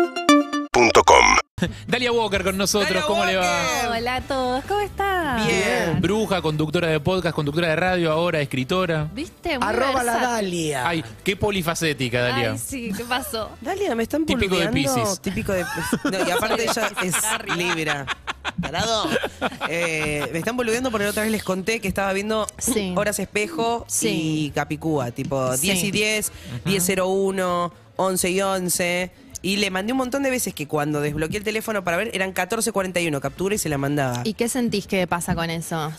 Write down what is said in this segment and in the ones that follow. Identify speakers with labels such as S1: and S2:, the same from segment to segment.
S1: UrbanaPlayFM.com
S2: Dalia Walker con nosotros,
S3: Dalia
S2: ¿cómo le va?
S3: Walker.
S4: Hola a todos, ¿cómo están?
S3: Bien.
S2: Bruja, conductora de podcast, conductora de radio, ahora escritora.
S4: ¿Viste? Muy
S3: Arroba la
S4: versátil.
S3: Dalia.
S2: Ay, qué polifacética, Dalia.
S4: Ay, sí, ¿qué pasó?
S3: Dalia, me están
S2: Típico de
S3: poludeando.
S2: Piscis.
S3: Típico de no, y aparte ella es
S4: Carrie.
S3: libra. Parado. me están boludeando porque la otra vez les conté que estaba viendo
S4: Sí.
S3: Horas Espejo
S4: Sí.
S3: y Capicúa, tipo
S4: Sí.
S3: 10 y 10, 1001, 11 y 11. Y le mandé un montón de veces que cuando desbloqueé el teléfono para ver eran 14.41, captura y se la mandaba.
S4: ¿Y qué sentís que pasa con eso?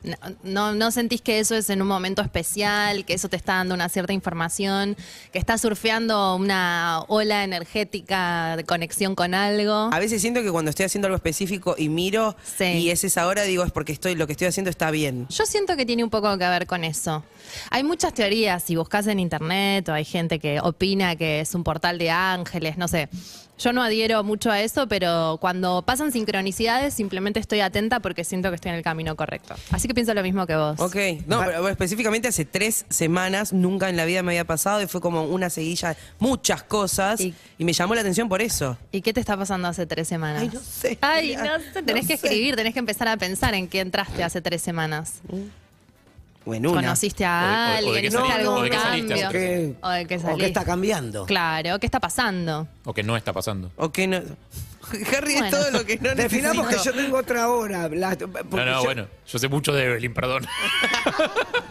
S4: No, no, no sentís que eso es en un momento especial, que eso te está dando una cierta información, que estás surfeando una ola energética de conexión con algo?
S3: A veces siento que cuando estoy haciendo algo específico y miro
S4: Sí.
S3: y es esa hora, digo, es porque estoy lo que estoy haciendo está bien.
S4: Yo siento que tiene un poco que ver con eso. Hay muchas teorías, si buscas en internet o hay gente que opina que es un portal de ángeles, no sé. Yo no adhiero mucho a eso, pero cuando pasan sincronicidades simplemente estoy atenta porque siento que estoy en el camino correcto. Así que pienso lo mismo que vos.
S3: Ok, no, pero bueno, específicamente hace tres semanas, nunca en la vida me había pasado y fue como una seguilla, muchas cosas y,
S4: Y-
S3: me llamó la atención por eso.
S4: ¿Y qué te está pasando hace tres semanas?
S3: Ay, no sé.
S4: Ay,
S3: Mira,
S4: no sé. Tenés
S3: no
S4: que
S3: sé.
S4: escribir, tenés que empezar a pensar en qué entraste hace tres semanas.
S3: Bueno, una.
S4: ¿Conociste
S2: O
S4: a
S2: de- o de- o de
S4: alguien?
S2: qué
S4: ¿Hiciste
S2: saliste, o
S4: algún
S2: de qué saliste hace
S4: cambio?
S2: tres
S4: O de qué
S5: o qué está
S4: saliste.
S5: cambiando.
S4: Claro, ¿qué está pasando?
S2: O que no está pasando.
S3: O que no. Harry es
S4: Bueno.
S3: todo lo que no
S5: Definamos que yo
S3: necesito.
S5: tengo otra hora. la-
S2: No,
S3: Eh,
S5: porque
S2: no,
S5: yo-
S2: bueno, yo sé mucho de Evelyn, perdón.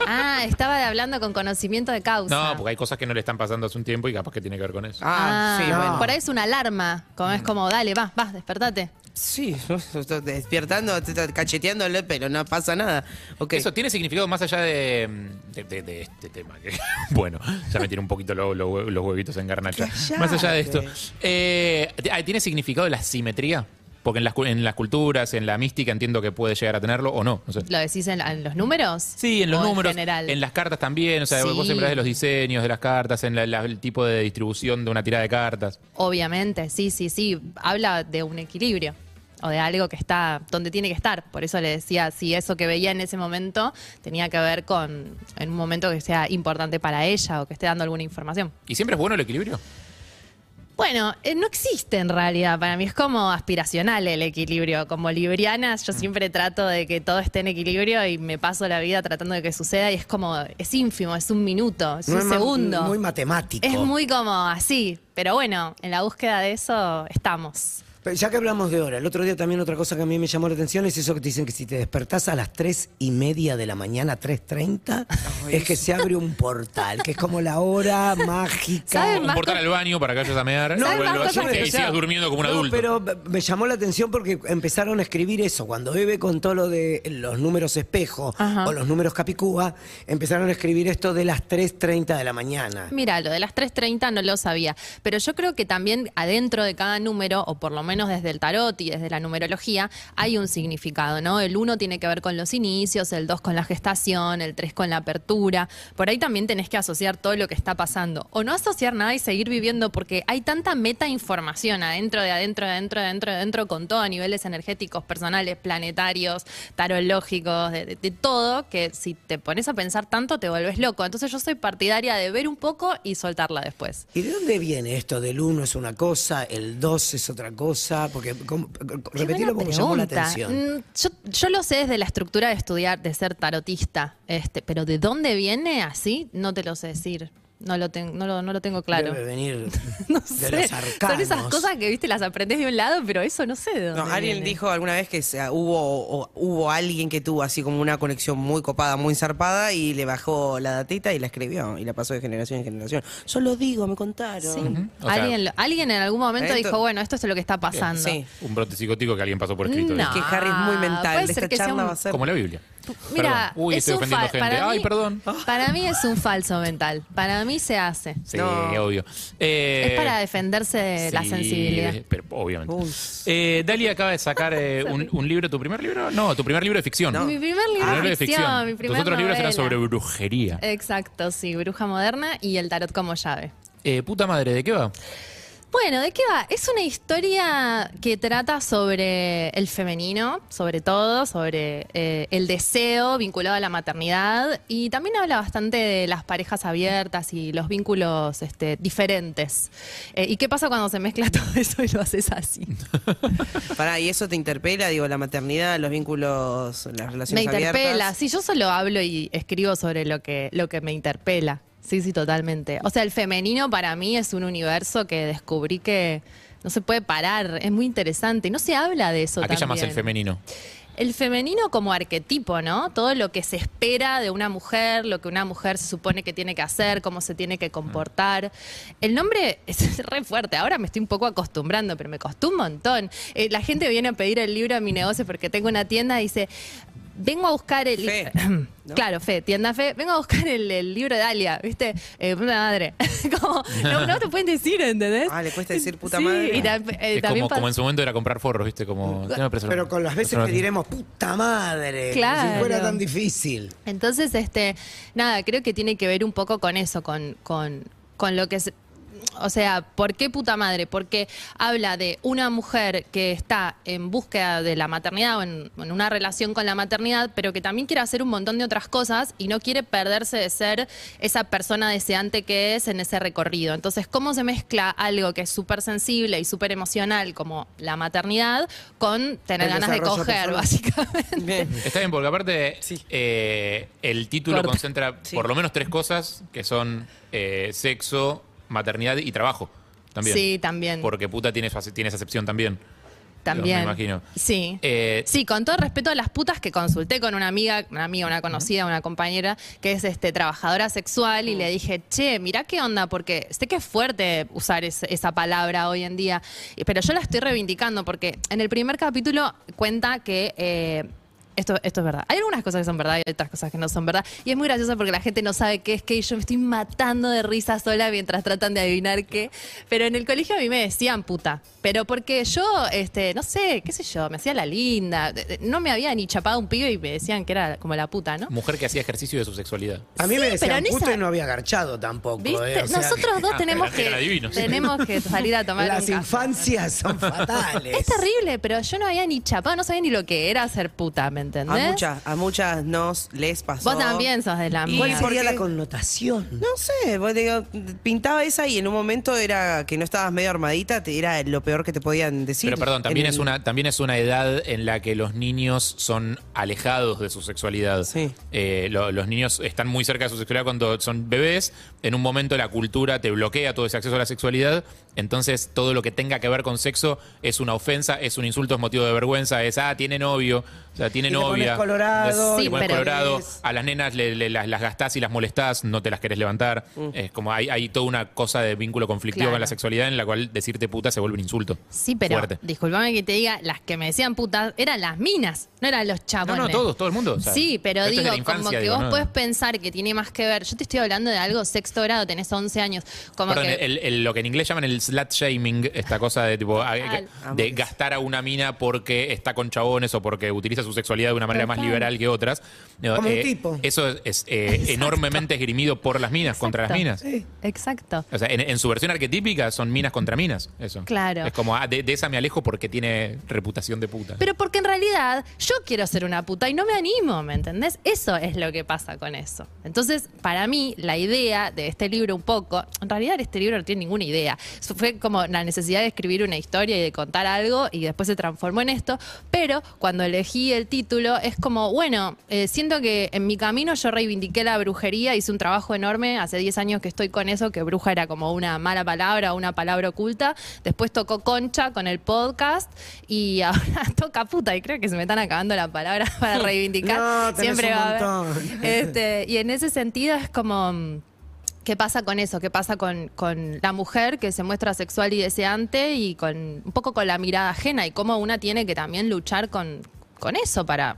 S4: Ah, estaba hablando con conocimiento de causa.
S2: No, porque hay cosas que no le están pasando hace un tiempo y capaz que tiene que ver con eso.
S3: Ah,
S4: Ah,
S3: sí, bueno. Mm.
S4: Por ahí es una alarma, como es como, dale, vas, vas, despertate.
S3: Sí, yo estoy despiertando, te- te- cacheteándole, pero no pasa nada. Ok.
S2: Eso tiene significado más allá de, de- de- de este tema. que- bueno, ya me tiene un poquito lo- lo hue- los huevitos en garnacha.
S3: Cállate.
S2: Más allá de esto, eh, ah, ¿tiene significado la simetría? Porque en las, cu- en las culturas, en la mística, entiendo que puede llegar a tenerlo o no. no sé.
S4: ¿Lo decís en, en los números?
S2: Sí, en los
S4: O
S2: números,
S4: En general.
S2: en las cartas también, o sea,
S4: Sí.
S2: vos siempre hablas de los diseños de las cartas, en la- la- el tipo de distribución de una tirada de cartas.
S4: Obviamente, sí, sí, sí. Habla de un equilibrio o de algo que está donde tiene que estar. Por eso le decía si eso que veía en ese momento tenía que ver con en un momento que sea importante para ella o que esté dando alguna información.
S2: ¿Y siempre es bueno el equilibrio?
S4: Bueno, eh, no existe en realidad. Para mí es como aspiracional el equilibrio. Como libriana, yo
S5: Mm.
S4: siempre trato de que todo esté en equilibrio y me paso la vida tratando de que suceda y es como, es ínfimo, es un minuto, es
S5: no
S4: un
S5: es ma-
S4: segundo.
S5: Muy matemático.
S4: es muy como así. Pero bueno, en la búsqueda de eso estamos.
S5: Pero ya que hablamos de hora, el otro día también otra cosa que a mí me llamó la atención es eso que te dicen que si te despertás a las 3 y media de la mañana, 3.30, es que se abre un portal, que es como la hora mágica.
S4: ¿Saben
S2: Un
S4: más
S2: portal
S4: co-
S2: al baño para que vayas a mear,
S4: ¿Saben
S2: vuelvas
S4: más
S2: y te-
S4: cosas que
S2: y
S4: yo?
S2: sigas durmiendo como un
S5: No,
S2: adulto.
S5: pero b- me llamó la atención porque empezaron a escribir eso. Cuando Eve contó lo de los números espejo
S4: Ajá.
S5: o los números capicúa, empezaron a escribir esto de las 3.30 de la mañana.
S4: Mira, lo de las 3.30 no lo sabía, pero yo creo que también adentro de cada número, o por lo menos desde el tarot y desde la numerología, hay un significado, ¿no? El 1 tiene que ver con los inicios, el 2 con la gestación, el 3 con la apertura. Por ahí también tenés que asociar todo lo que está pasando. O no asociar nada y seguir viviendo porque hay tanta meta información adentro, de adentro, de adentro, de adentro, de adentro, con todo a niveles energéticos, personales, planetarios, tarológicos, de, de- de todo, que si te pones a pensar tanto te vuelves loco. Entonces yo soy partidaria de ver un poco y soltarla después.
S5: ¿Y de dónde viene esto del 1 es una cosa, el 2 es otra cosa? Porque como-
S4: buena
S5: repetilo porque me llamó la
S4: pregunta.
S5: atención.
S4: Mm, Yo, yo lo sé desde la estructura de estudiar, de ser tarotista, este, pero de dónde viene así, no te lo sé decir. No lo, ten- no lo, no lo tengo claro.
S5: Debe venir
S4: No
S5: de
S4: sé.
S5: los arcanos.
S4: Son esas cosas que viste las aprendes de un lado, pero eso no sé de dónde.
S3: No, Ariel
S4: viene.
S3: dijo alguna vez que se- ah, hubo, o- hubo alguien que tuvo así como una conexión muy copada, muy zarpada, y le bajó la datita y la escribió, y la pasó de generación en generación. Yo lo digo, me contaron.
S4: Sí.
S2: O sea-
S4: alguien, lo- alguien en algún momento
S3: Esto-
S4: dijo, bueno, esto es lo que está pasando.
S3: Sí.
S2: Un brote psicótico que alguien pasó por escrito.
S4: No.
S3: Que Harry es muy mental.
S4: Ah, Puede
S3: Esta
S4: ser que sea
S3: charla
S4: un-
S3: va a ser.
S2: Como la Biblia.
S4: Mira,
S2: Perdón. Uy,
S4: es
S2: estoy
S4: un
S2: ofendiendo
S4: fal-
S2: gente.
S4: para
S2: Ay,
S4: mí-
S2: perdón.
S4: Para mí es un falso mental. Para mí se hace.
S2: Sí,
S3: No.
S2: obvio. Eh,
S4: es para defenderse de la
S2: sí,
S4: sensibilidad.
S2: de- Pero, obviamente.
S3: Uy.
S2: Eh, Dalia acaba de sacar eh, un, un libro, ¿tu primer libro? No, tu primer libro de ficción.
S4: Mi primer libro
S2: Tu
S4: de ficción, mi
S2: Tus
S4: primer
S2: otros libros eran
S4: novela. Eh.
S2: sobre brujería.
S4: Exacto, sí, bruja moderna y el tarot como llave.
S2: Eh, puta madre, ¿de qué va?
S4: Bueno, ¿de qué va? Es una historia que trata sobre el femenino, sobre todo, sobre eh, el deseo vinculado a la maternidad y también habla bastante de las parejas abiertas y los vínculos este, diferentes. Eh, ¿Y qué pasa cuando se mezcla todo eso y lo haces así?
S3: Pará, ¿y eso te interpela? Digo, la maternidad, los vínculos, las
S4: Me
S3: relaciones
S4: interpela.
S3: abiertas.
S4: Sí, yo solo hablo y escribo sobre lo que, lo que me interpela. Sí, sí, totalmente. O sea, el femenino para mí es un universo que descubrí que no se puede parar. Es muy interesante. No se habla de eso
S2: ¿A qué
S4: también.
S2: llamas el femenino?
S4: El femenino como arquetipo, ¿no? Todo lo que se espera de una mujer, lo que una mujer se supone que tiene que hacer, cómo se tiene que comportar. El nombre es re fuerte, ahora me estoy un poco acostumbrando, pero me costó un montón. Eh, la gente viene a pedir el libro a mi negocio porque tengo una tienda y dice, vengo a buscar el...
S3: Fe,
S4: Claro, Fe, tienda Fe, vengo a buscar el, el libro de Dalia, ¿viste? Eh, puta madre. como, no, no te pueden decir, ¿entendés?
S3: Ah, le cuesta decir puta
S4: Sí,
S3: madre.
S4: y tam- eh,
S2: Es
S4: también
S2: como,
S4: pa-
S2: como en su momento era comprar forros, ¿viste? Como, "Tengo preso-
S5: Pero con las veces
S2: preso-
S5: que diremos, puta madre, como si
S4: Claro.
S5: fuera tan difícil.
S4: Entonces, este, nada, creo que tiene que ver un poco con eso, con, con, con lo que es. O sea, ¿por qué puta madre? Porque habla de una mujer que está en búsqueda de la maternidad o en, en una relación con la maternidad, pero que también quiere hacer un montón de otras cosas y no quiere perderse de ser esa persona deseante que es en ese recorrido. Entonces, ¿cómo se mezcla algo que es súper sensible y súper emocional como la maternidad con tener
S5: El
S4: ganas de
S5: desarrollo
S4: coger,
S5: personal.
S4: básicamente?
S3: Bien.
S2: Está bien, porque aparte eh, el título
S4: Corta.
S2: concentra por lo menos tres cosas que son eh, sexo, maternidad y trabajo. También.
S4: Sí, también.
S2: Porque puta tiene, su ace- tiene esa acepción también.
S4: También.
S2: Me imagino.
S4: Sí.
S2: Eh,
S4: sí, con todo respeto a las putas que consulté con una amiga, una amiga, una conocida, una compañera, que es este trabajadora sexual, y le dije, che, mirá qué onda, porque sé que es fuerte usar es- esa palabra hoy en día, y- pero yo la estoy reivindicando, porque en el primer capítulo cuenta que. eh, esto, esto es verdad. Hay algunas cosas que son verdad y hay otras cosas que no son verdad. Y es muy gracioso porque la gente no sabe qué es que yo me estoy matando de risa sola mientras tratan de adivinar qué. Pero en el colegio a mí me decían puta. Pero porque yo, este, no sé, qué sé yo, me hacía la linda. De- de- No me había ni chapado un pibe y me decían que era como la puta, ¿no?
S2: Mujer que hacía ejercicio de su sexualidad.
S5: A mí
S4: Sí,
S5: me
S4: pero
S5: decían
S4: en
S5: puta
S4: esa-
S5: y no había garchado tampoco.
S4: ¿Viste?
S5: eh, o sea,
S4: Nosotros dos
S2: Ah,
S4: tenemos,
S2: eran- eran
S4: que,
S2: divinos.
S4: tenemos que salir a tomar un
S5: Las
S4: café.
S5: infancias son fatales.
S4: Es terrible, pero yo no había ni chapado, no sabía ni lo que era ser puta,
S5: Ah,
S4: ¿me
S3: A
S4: entendés?
S3: muchas, a muchas nos les pasó.
S4: Vos también sos de la
S3: Y
S5: ¿Cuál
S4: mía.
S3: por-
S5: sería
S3: porque-
S5: la connotación?
S3: No sé, vos digo, pintaba esa y en un momento era que no estabas medio armadita, te- era lo peor que te podían decir.
S2: Pero perdón, también
S3: En
S2: es
S3: el-
S2: una también es una edad en la que los niños son alejados de su sexualidad.
S3: Sí.
S2: Eh, lo- los niños están muy cerca de su sexualidad cuando son bebés. En un momento la cultura te bloquea todo ese acceso a la sexualidad. Entonces todo lo que tenga que ver con sexo es una ofensa, es un insulto, es motivo de vergüenza. Es, ah, tiene novio, o sea, tiene
S5: Y te pones
S2: novia.
S5: colorado,
S2: Te
S4: Sí,
S2: pones
S4: pero-
S2: colorado. A las nenas le- le- las, las gastás y las molestás, no te las querés levantar. Es como hay, hay toda una cosa de vínculo conflictivo con
S4: Claro.
S2: la sexualidad en la cual decirte puta se vuelve un insulto.
S4: Sí, pero
S2: Fuerte.
S4: disculpame que te diga, las que me decían putas eran las minas, no eran los
S2: No,
S4: chabones.
S2: no, todos, todo el mundo. o sea,
S4: sí, pero
S2: esto es de
S4: digo,
S2: la infancia,
S4: como que
S2: digo,
S4: vos
S2: ¿no?
S4: podés pensar que tiene más que ver. Yo te estoy hablando de algo sexto grado, tenés 11 años. Como
S2: Perdón,
S4: que,
S2: el- el- lo que en inglés llaman el slut shaming, esta cosa de tipo a-
S4: Total.
S2: de gastar a una mina porque está con chabones o porque utiliza su sexualidad de una manera más
S4: Total.
S2: liberal que otras. Digo, eh,
S5: Como un tipo.
S2: Eso es, es, eh, enormemente esgrimido por las minas, contra las
S4: Exacto.
S2: minas.
S4: Exacto.
S2: O sea, en, en su versión arquetípica son minas contra minas. Eso.
S4: Claro.
S2: Es como, ah, de, de esa me alejo porque tiene reputación de puta.
S4: Pero porque en realidad yo quiero ser una puta y no me animo, ¿me entendés? Eso es lo que pasa con eso. Entonces, para mí, la idea de este libro un poco, en realidad este libro no tiene ninguna idea. Eso Fue como la necesidad de escribir una historia y de contar algo y después se transformó en esto. Pero cuando elegí el título es como, bueno, eh, siento que en mi camino yo reivindiqué la brujería, hice un trabajo enorme, hace 10 años que estoy con eso, que bruja era como una mala palabra, una palabra oculta. Después tocó concha con el podcast y ahora toca puta y creo que se me están acabando las palabras para reivindicar.
S5: No, tenés
S4: Siempre
S5: un
S4: va a haber.
S5: montón.
S4: Este, y en ese sentido es como... mm, ¿Qué pasa con eso? ¿Qué pasa con, con la mujer que se muestra sexual y deseante y con un poco con la mirada ajena y cómo una tiene que también luchar con, con eso para,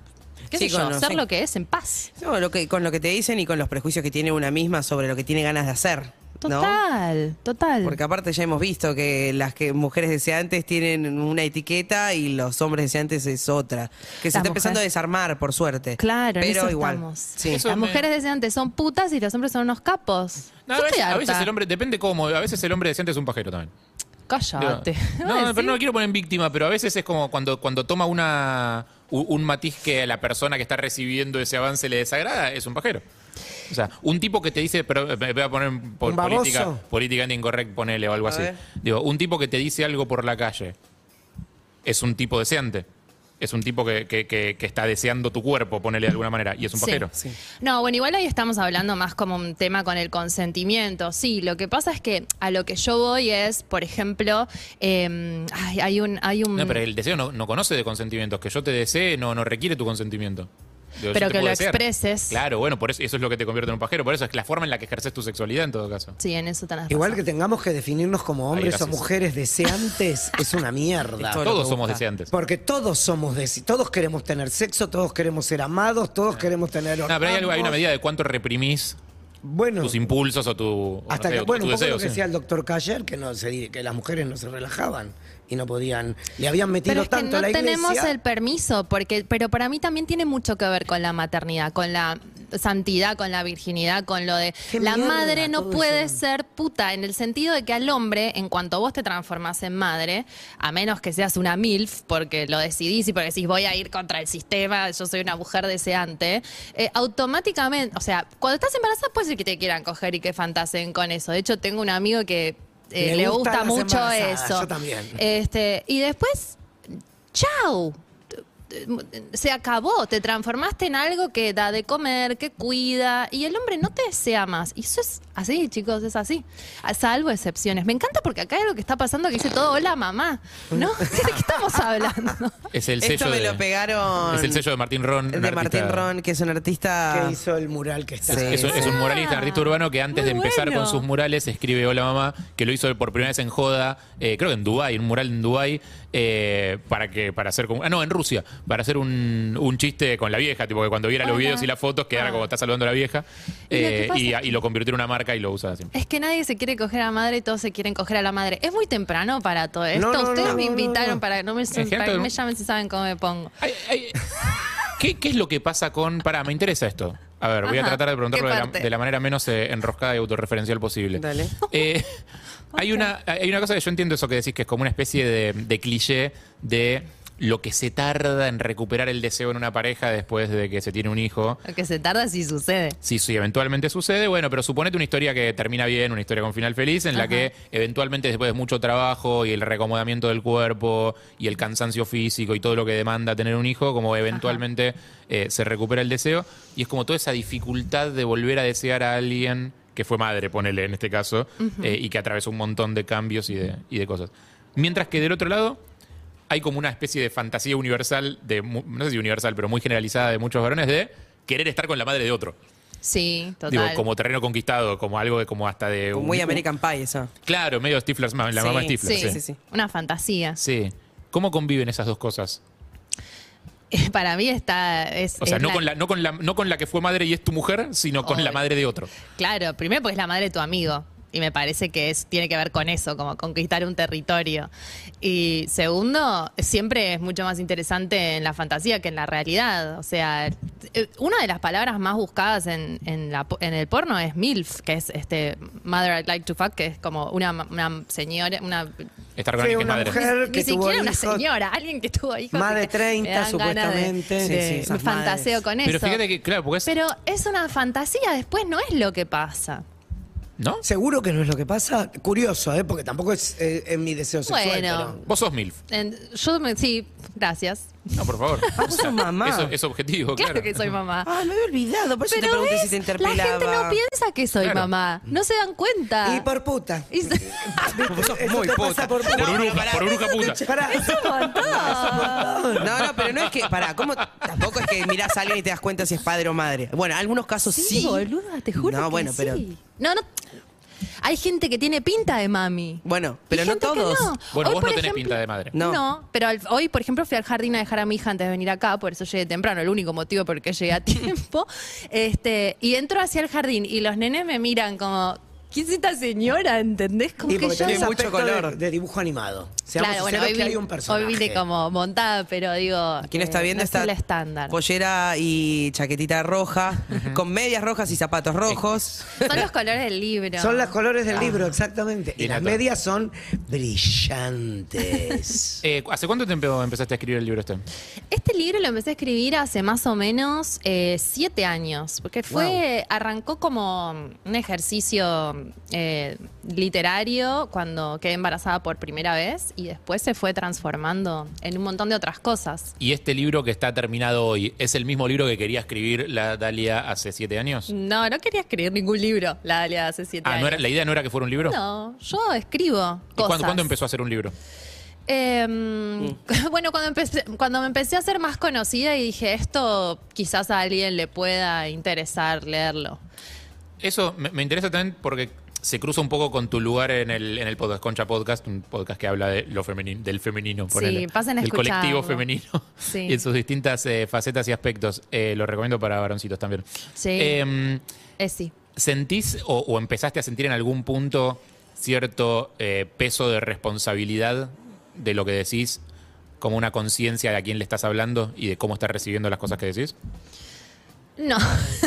S4: qué
S3: Sí,
S4: sé yo,
S3: con lo-
S4: ser
S3: sí.
S4: lo que es en paz?
S3: No, lo que, con lo que te dicen y con los prejuicios que tiene una misma sobre lo que tiene ganas de hacer. ¿no?
S4: Total, total.
S3: Porque aparte ya hemos visto que las que mujeres deseantes tienen una etiqueta y los hombres deseantes es otra. Que se
S4: Las
S3: está empezando a
S4: mujeres-
S3: desarmar, por suerte.
S4: Claro, en
S3: pero
S4: eso
S3: igual.
S4: estamos.
S3: Sí.
S2: Eso
S4: Las
S2: me-
S4: mujeres deseantes son putas y los hombres son unos capos.
S2: No,
S4: Yo
S2: a, veces,
S4: estoy
S2: a veces
S4: harta.
S2: el hombre, depende cómo, a veces el hombre decente es un pajero también.
S4: cállate.
S2: No,
S4: Va a
S2: no, pero no
S4: decir-
S2: me quiero poner en víctima, pero a veces es como cuando, cuando toma una, u- un matiz que a la persona que está recibiendo ese avance le desagrada, es un pajero. O sea, un tipo que te dice, pero eh, me voy a poner por
S5: ¿Un baboso?
S2: política, políticamente incorrecto, ponele o algo
S3: A
S2: así.
S3: ver.
S2: Digo, un tipo que te dice algo por la calle es un tipo deseante. Es un tipo que, que- que- que está deseando tu cuerpo, ponele de alguna manera, y es un
S4: Sí.
S2: pajero.
S4: No, bueno, igual ahí estamos hablando más como un tema con el consentimiento. Sí, lo que pasa es que a lo que yo voy es, por ejemplo, eh, ay, hay un... Hay un
S2: No,
S3: Mm.
S2: pero el deseo no, no conoce de consentimientos. Que yo te desee no, no requiere tu consentimiento. Digo, yo
S4: Pero
S2: te
S4: que
S2: puedo
S4: lo expreses.
S2: Claro, bueno, por eso, eso es lo que te convierte en un pajero. Por eso es la forma en la que ejerces tu sexualidad en todo caso.
S4: Sí, en eso tenés
S5: Igual que
S4: razón.
S5: tengamos que definirnos como hombres o
S2: gracias.
S5: mujeres deseantes es una mierda.
S3: Todo lo
S2: Todos
S3: que
S2: somos
S3: busca.
S2: deseantes.
S5: Porque todos somos desi- todos queremos tener sexo, todos queremos ser amados, todos queremos tener
S2: No, pero hay, algo- hay una
S5: orgasmos.
S2: medida de cuánto reprimís
S5: Bueno,
S2: tus impulsos o tu, o no
S5: hasta
S2: sé,
S5: que,
S2: o tu-
S5: bueno,
S2: tu
S5: un poco
S2: deseo.
S5: lo que
S2: sí.
S5: decía el doctor Cayer, que no se di- que las mujeres no se relajaban y no podían, le habían metido
S4: Pero es que
S5: tanto a
S4: no
S5: la iglesia.
S4: tenemos el permiso, porque, pero para mí también tiene mucho que ver con la maternidad, con la santidad, con la virginidad, con lo de
S5: Qué
S4: la
S5: mierda,
S4: madre no
S5: todo
S4: puede
S5: eso.
S4: ser puta, en el sentido de que al hombre, en cuanto vos te transformás en madre, a menos que seas una MILF, porque lo decidís y porque decís voy a ir contra el sistema, yo soy una mujer deseante, eh, automáticamente, o sea, cuando estás embarazada puede ser que te quieran coger y que fantaseen con eso. De hecho, tengo un amigo que eh,
S5: Le
S4: le
S5: gustan
S4: gusta
S5: las
S4: mucho
S5: embarazadas,
S4: eso.
S5: yo también.
S4: Este, y después, chau. Se acabó, te transformaste en algo que da de comer, que cuida, y el hombre no te desea más. Y eso es así, chicos, es así. A salvo excepciones. Me encanta porque acá es lo que está pasando que dice todo, hola mamá. ¿No? ¿De qué estamos hablando?
S2: Es el
S3: Esto
S2: sello.
S3: me
S2: de,
S3: lo pegaron.
S2: Es el sello de Martín Ron. un
S3: de Martín
S2: artista-
S3: Ron, que es un artista.
S5: que hizo el mural que está.
S3: Sí.
S2: Es, un- es un muralista, artista urbano que antes
S4: Muy
S2: de empezar
S4: bueno.
S2: con sus murales escribe Hola Mamá, que lo hizo por primera vez en Joda, eh, creo que en Dubái, un mural en Dubái, eh, para que para hacer como, ah no, en Rusia, para hacer un, un chiste con la vieja, tipo que cuando viera los
S4: Hola.
S2: videos y las fotos quedara
S4: Ah.
S2: como está saludando a la vieja
S4: Y lo que
S2: eh,
S4: pasa
S2: y,
S4: es que-
S2: y lo convirtió en una marca y lo usa así.
S4: Es que nadie se quiere coger a la madre, todos se quieren coger a la madre. Es muy temprano para todo esto.
S5: no, no,
S4: Ustedes
S5: no,
S4: me
S5: no,
S4: invitaron
S5: no.
S4: para que no me,
S2: gente
S4: para que
S2: que-
S4: me llamen si saben cómo me pongo.
S2: Ay, ay, ¿qué, qué es lo que pasa con... Pará, me interesa esto. A ver, voy a
S4: Ajá,
S2: tratar de preguntarlo
S4: ¿qué
S2: de la,
S4: parte?
S2: de la manera menos eh, enroscada y autorreferencial posible.
S3: Dale.
S2: Eh, hay, una, hay una cosa que yo entiendo eso que decís, que es como una especie de, de cliché de lo que se tarda en recuperar el deseo en una pareja después de que se tiene un hijo.
S4: Lo que se tarda sí sucede.
S2: Si sí, eventualmente sucede, bueno, pero suponete una historia que termina bien, una historia con final feliz, en la que eventualmente después de mucho trabajo y el reacomodamiento del cuerpo y el cansancio físico y todo lo que demanda tener un hijo, como eventualmente eh, se recupera el deseo. Y es como toda esa dificultad de volver a desear a alguien que fue madre, ponele en este caso, eh, y que atravesó un montón de cambios y de, y de cosas. Mientras que del otro lado, hay como una especie de fantasía universal, de, mu- no sé si universal, pero muy generalizada de muchos varones, de querer estar con la madre de otro.
S4: Sí, total.
S2: Digo, como terreno conquistado, como algo de como hasta de. un-
S3: Muy American Pie, eso.
S2: Claro, medio Stifler's ma- la
S3: Sí,
S2: mamá Stifler.
S4: Sí,
S2: Sí,
S4: sí, sí. Una fantasía.
S2: Sí. ¿Cómo conviven esas dos cosas?
S4: Para mí está. Es,
S2: O sea,
S4: es
S2: no, con la, no, con la, no con la que fue madre y es tu mujer, sino con la
S4: Obvio.
S2: madre de otro.
S4: Claro, primero porque es la madre de tu amigo. Y me parece que es, tiene que ver con eso, como conquistar un territorio. Y segundo, siempre es mucho más interesante en la fantasía que en la realidad. O sea, eh, una de las palabras más buscadas en, en la po- en el porno es MILF, que es este Mother I'd Like to Fuck, que es como una, ma- una señora, una
S2: Estar con
S5: Sí,
S2: alguien que es
S5: una
S2: madre.
S5: mujer.
S4: ni
S5: que tuvo
S4: siquiera una
S5: hijos.
S4: señora, alguien que tuvo hijos.
S5: Más
S4: y
S5: de
S4: que
S5: 30
S4: me dan ganas de-
S5: supuestamente.
S4: de-
S5: Sí, sí,
S3: esas madres.
S4: fantaseo con
S2: Pero
S4: eso.
S2: fíjate que, claro, porque es.
S4: Pero es una fantasía, después no es lo que pasa.
S2: ¿No?
S5: Seguro que no es lo que pasa. Curioso, ¿eh? porque tampoco es, eh, es mi deseo sexual.
S4: Bueno.
S5: pero-
S2: Vos sos MILF.
S4: En- yo me, sí, gracias.
S2: No, por favor.
S4: Ah,
S3: vos sos mamá.
S2: Eso es objetivo,
S4: Claro,
S2: Pues claro.
S4: que soy mamá.
S3: Ah, me había olvidado, por eso te
S4: Pero
S3: pregunté
S4: ves,
S3: si te
S4: la
S3: interpelaba.
S4: gente no piensa que soy
S2: Claro.
S4: mamá. No se dan cuenta.
S5: Y por puta.
S4: Y se-
S5: Eso te pasa por
S2: Por bruja, por bruja puta.
S5: Pará.
S4: un montón.
S3: No, no, pero no es que, pará, ¿cómo? Tampoco es que mirás a alguien y te das cuenta si es padre o madre. Bueno, en algunos casos sí.
S4: boluda, te juro
S3: No,
S4: que
S3: bueno,
S4: sí.
S3: pero.
S4: No, no. Hay gente que tiene pinta de mami.
S3: Bueno,
S4: Y
S3: pero no
S4: gente que
S3: todos.
S2: Bueno,
S4: Hoy,
S2: vos no
S4: por
S2: tenés pinta de madre.
S3: No.
S4: No. pero al- hoy, por ejemplo, fui al jardín a dejar a mi hija antes de venir acá, por eso llegué temprano, el único motivo por el que llegué a tiempo. Este, y entro hacia el jardín y los nenes me miran como, ¿Qué es esta señora? ¿Entendés? Como
S5: Y
S4: que
S5: porque
S4: yo...
S5: tenés
S3: Tiene mucho
S5: aspecto de-
S3: color.
S5: De, dibujo animado. Seamos
S4: Claro, bueno,
S5: sinceros
S4: hoy,
S5: que
S4: vi-
S5: hay un personaje.
S4: hoy vine como montada, pero digo...
S3: Quien
S4: eh,
S3: está viendo
S4: no soy
S3: está
S4: la estándar.
S3: pollera y chaquetita roja, con medias rojas y zapatos rojos.
S4: Son los colores del libro.
S5: Son los colores del libro, exactamente. Y
S2: Mira
S5: las
S2: todo.
S5: medias son brillantes.
S2: Eh, ¿Hace cuánto tiempo empezaste a escribir el libro este?
S4: Este libro lo empecé a escribir hace más o menos eh, siete años, porque fue arrancó como un ejercicio eh, literario cuando quedé embarazada por primera vez y después se fue transformando en un montón de otras cosas.
S2: ¿Y este libro que está terminado hoy es el mismo libro que quería escribir la Dalia hace siete años?
S4: No, no quería escribir ningún libro, la Dalia hace siete
S2: Ah,
S4: años.
S2: ¿no era, ¿la idea no era que fuera un libro?
S4: No, yo escribo
S2: ¿Y
S4: cosas.
S2: cuándo, cuándo empezó Mm. a hacer un libro?
S4: Eh, Bueno, cuando, empecé, cuando me empecé a ser más conocida y dije, esto quizás a alguien le pueda interesar leerlo.
S2: Eso me, me interesa también porque se cruza un poco con tu lugar en el, en el podcast, Concha Podcast, un podcast que habla de lo femenino, del femenino,
S4: Sí,
S2: ponele,
S4: pasen a
S2: del colectivo
S4: escucharlo.
S2: femenino
S4: Sí.
S2: y en sus distintas eh, facetas y aspectos. Eh, lo recomiendo para varoncitos también.
S4: Sí.
S2: Em,
S4: Eh, sí.
S2: ¿Sentís o, o empezaste a sentir en algún punto cierto eh, peso de responsabilidad de lo que decís, como una conciencia de a quién le estás hablando y de cómo estás recibiendo las cosas que decís?
S4: No,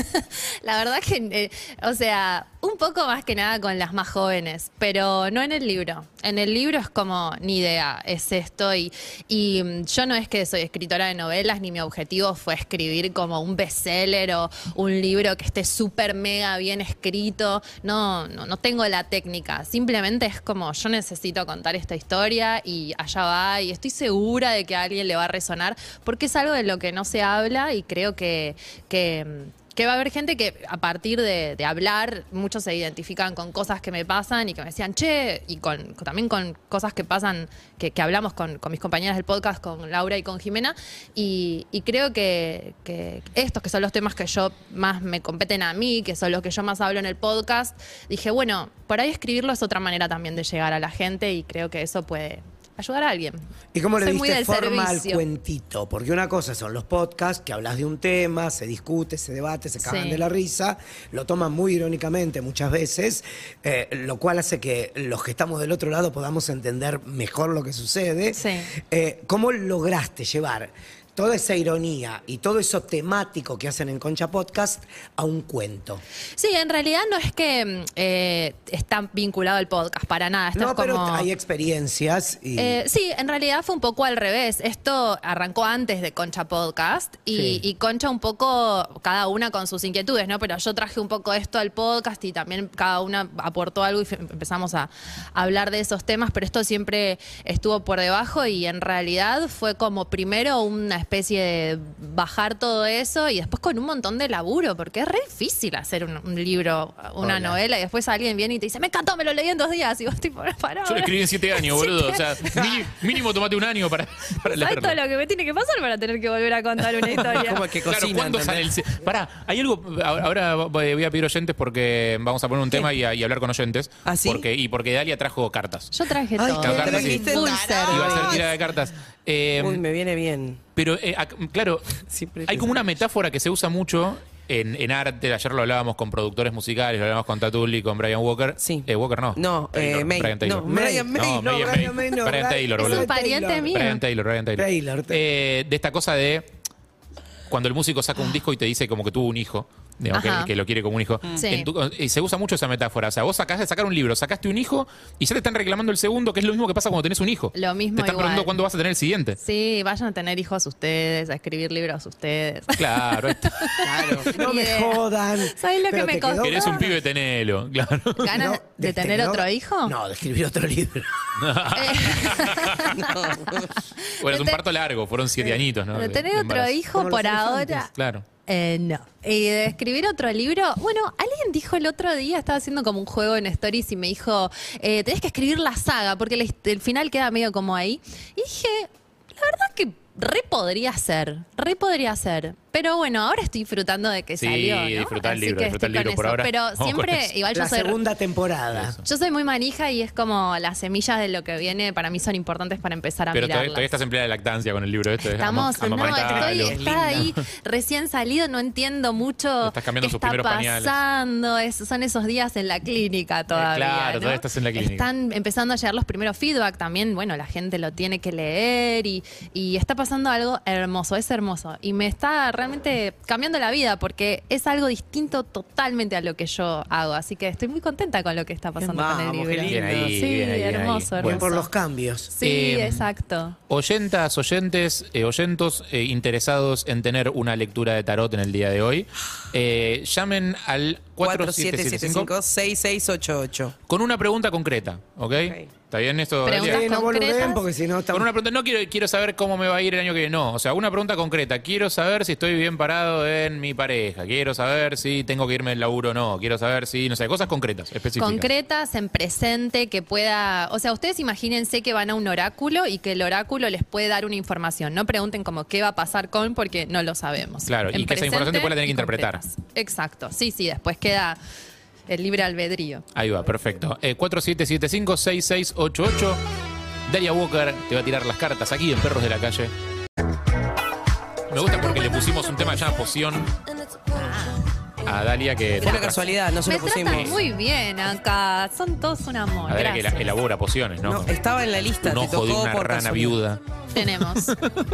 S4: la verdad que, eh, o sea, un poco más que nada con las más jóvenes, pero no en el libro. En el libro es como, ni idea, es esto. Y, y, mm, yo no es que soy escritora de novelas, ni mi objetivo fue escribir como un bestseller o un libro que esté súper mega bien escrito. No, no, no tengo la técnica. Simplemente es como, yo necesito contar esta historia y allá va. Y estoy segura de que a alguien le va a resonar, porque es algo de lo que no se habla y creo que que, mm, que va a haber gente que a partir de, de hablar, muchos se identifican con cosas que me pasan y que me decían, che, y con, con- también con cosas que pasan, que, que hablamos con, con mis compañeras del podcast, con Laura y con Jimena, y, y creo que, que estos que son los temas que yo más me competen a mí, que son los que yo más hablo en el podcast, dije, bueno, por ahí escribirlo es otra manera también de llegar a la gente y creo que eso puede ayudar a alguien.
S5: ¿Y cómo le
S4: Soy muy
S5: diste
S4: del
S5: forma al
S4: servicio.
S5: cuentito? Porque una cosa son los podcasts, que hablas de un tema, se discute, se debate, se cagan
S4: Sí.
S5: de la risa, lo toman muy irónicamente muchas veces, eh, lo cual hace que los que estamos del otro lado podamos entender mejor lo que sucede.
S4: Sí.
S5: Eh, ¿Cómo lograste llevar toda esa ironía y todo eso temático que hacen en Concha Podcast a un cuento?
S4: Sí, en realidad no es que mm, eh, está vinculado al podcast, para nada. Esto
S5: no,
S4: es como...
S5: pero hay experiencias y...
S4: Eh, sí, en realidad fue un poco al revés. Esto arrancó antes de Concha Podcast y,
S5: Sí.
S4: y Concha un poco, cada una con sus inquietudes, ¿no? Pero yo traje un poco esto al podcast y también cada una aportó algo y fe- empezamos a, a hablar de esos temas, pero esto siempre estuvo por debajo y en realidad fue como primero una especie de bajar todo eso y después con un montón de laburo, porque es re difícil hacer un, un libro, una
S5: Hola.
S4: novela y después alguien viene y te dice, me encantó, me lo leí en dos días y vos tipo, pará.
S2: Yo lo escribí en siete años, boludo. O sea, mini- mínimo tomate un año para, para
S4: ¿Sabes
S2: leerlo.
S4: todo lo que me tiene que pasar para tener que volver a contar una historia?
S3: Como que
S2: Claro,
S3: cocina.
S2: ¿cuándo sale el
S3: ¿entendés?
S2: se- Pará, hay algo. Ahora ahora voy a pedir oyentes porque vamos a poner un tema y, a- y hablar con oyentes.
S3: ¿Ah, sí?
S2: Porque, y porque Dalia trajo cartas.
S4: Yo traje
S5: Ay,
S4: todo.
S5: qué
S4: Traje
S3: trajiste,
S4: full
S3: tarado.
S2: Iba a
S4: service.
S2: ser tirada de cartas. Eh,
S3: Uy, me viene Ah, bien.
S2: Pero, eh, ac- claro,
S3: Siempre
S2: hay
S3: pensaba.
S2: como una metáfora que se usa mucho en, en arte. Ayer lo hablábamos con productores musicales, lo hablábamos con Tatul y con Brian Walker.
S3: Sí.
S2: Eh, Walker no.
S3: No,
S2: Taylor,
S3: eh, May.
S2: Brian Taylor.
S3: No, Brian May.
S2: No, May es
S5: Brian
S2: May.
S5: May, no,
S2: Brian Taylor,
S4: Es
S2: boludo.
S4: un pariente mío.
S2: Brian Taylor, Brian Taylor.
S5: Taylor, Taylor.
S2: Eh, de esta cosa de cuando el músico saca un disco y te dice como que tuvo un hijo, digamos, que,
S4: Ajá. Mm.
S2: que lo quiere como un hijo.
S4: Sí.
S2: En tu- y se usa mucho esa metáfora. O sea, vos sacás de sacar un libro, sacaste un hijo y ya te están reclamando el segundo, que es lo mismo que pasa cuando tenés un hijo.
S4: Lo mismo
S2: Te están
S4: igual.
S2: preguntando cuándo vas a tener el siguiente.
S4: Sí, vayan a tener hijos ustedes, a escribir libros ustedes.
S2: Claro, ahí está.
S3: Claro.
S5: No me
S4: Bien.
S5: jodan.
S4: ¿Sabes lo que
S5: pero
S4: me
S5: te quedó
S4: costó?
S2: Eres un pibe tenelo, claro.
S4: ¿Ganas
S5: No,
S4: de,
S5: este,
S4: tener
S5: no,
S4: otro hijo? Eh,
S5: No, de escribir otro libro.
S2: Bueno, es un
S4: De te-
S2: parto largo, fueron siete añitos, ¿no?
S4: de tener
S2: De
S4: otro
S2: embarazo.
S4: hijo
S5: Como los
S4: por
S5: elefantes.
S4: ahora.
S2: Claro.
S4: Eh, no. Y de escribir otro libro, bueno, alguien dijo el otro día, estaba haciendo como un juego en Stories y me dijo, eh, tenés que escribir la saga, porque la his- el, final queda medio como ahí. Y dije, la verdad que re podría ser, re podría ser. Pero bueno, ahora estoy disfrutando de que
S2: Sí,
S4: salió. ¿no?
S2: disfrutá el
S4: Así
S2: libro,
S4: que
S2: disfrutá el
S4: estoy
S2: libro
S4: con
S2: por
S4: eso.
S2: ahora. Vamos
S4: Pero
S2: con
S4: siempre,
S2: eso.
S4: igual Ah, yo
S5: La
S4: soy
S5: segunda temporada.
S2: Eso.
S4: yo soy muy manija y es como las semillas de lo que viene para mí son importantes para empezar a
S2: Pero todavía,
S4: mirarlas.
S2: todavía estás en plena lactancia con el libro este. Ama-
S4: Estamos, no, estoy,
S2: amamantalo.
S4: está ahí recién salido, no entiendo mucho
S2: Estás cambiando
S4: qué
S2: sus
S4: está
S2: primeros pañales. Eh,
S4: pasando. es- son esos días en la clínica todavía.
S2: claro,
S4: ¿no?
S2: todavía estás en la clínica.
S4: Están empezando a llegar los primeros feedback también. Bueno, la gente lo tiene que leer y, y está pasando algo hermoso, es hermoso. Y me está realmente cambiando la vida porque es algo distinto totalmente a lo que yo hago. Así que estoy muy contenta con lo que está pasando con el
S3: Vamos, qué
S4: libro.
S2: Bien ahí,
S4: sí,
S2: bien ahí, bien ahí.
S4: hermoso,
S2: Bueno,
S5: Bien por
S4: hermoso.
S5: los cambios.
S4: Sí,
S2: Eh,
S4: exacto.
S2: Oyentas, oyentes, eh, oyentos eh, interesados en tener una lectura de tarot en el día de hoy, eh, llamen al 4775
S3: 4775-6688.
S2: con una pregunta concreta, ¿ok? ¿Está bien esto?
S4: Preguntas
S2: Dalia?
S5: Sí, no
S4: concretas.
S5: volvemos porque si no
S2: Con
S5: estamos...
S2: una pregunta, no quiero, quiero saber cómo me va a ir el año que viene. No, o sea, una pregunta concreta. Quiero saber si estoy bien parado en mi pareja. Quiero saber si tengo que irme del laburo o no. Quiero saber si, no sé, cosas concretas, específicas.
S4: concretas, en presente, que pueda. O sea, ustedes imagínense que van a un oráculo y que el oráculo les puede dar una información. No pregunten como qué va a pasar con, porque no lo sabemos.
S2: Claro, y que esa
S4: presente
S2: información después la tienen que
S4: y
S2: interpretar.
S4: concretas. Exacto, sí, sí, después queda el libre albedrío.
S2: Ahí va, perfecto. Eh, 4775-6688. Daria Walker te va a tirar las cartas aquí en Perros de la Calle. Me gusta porque le pusimos un tema llamado Poción a Dalia que...
S3: Fue una casualidad, no se
S4: Me
S3: lo pusimos.
S4: tratan muy bien acá, son todos un amor.
S2: A Dalia que
S4: Gracias.
S2: la- elabora pociones, ¿no?
S3: No, estaba en la lista,
S2: un
S3: te
S2: ojo
S3: tocó
S2: de una
S3: por
S2: rana
S3: casualidad.
S2: viuda.
S4: Tenemos,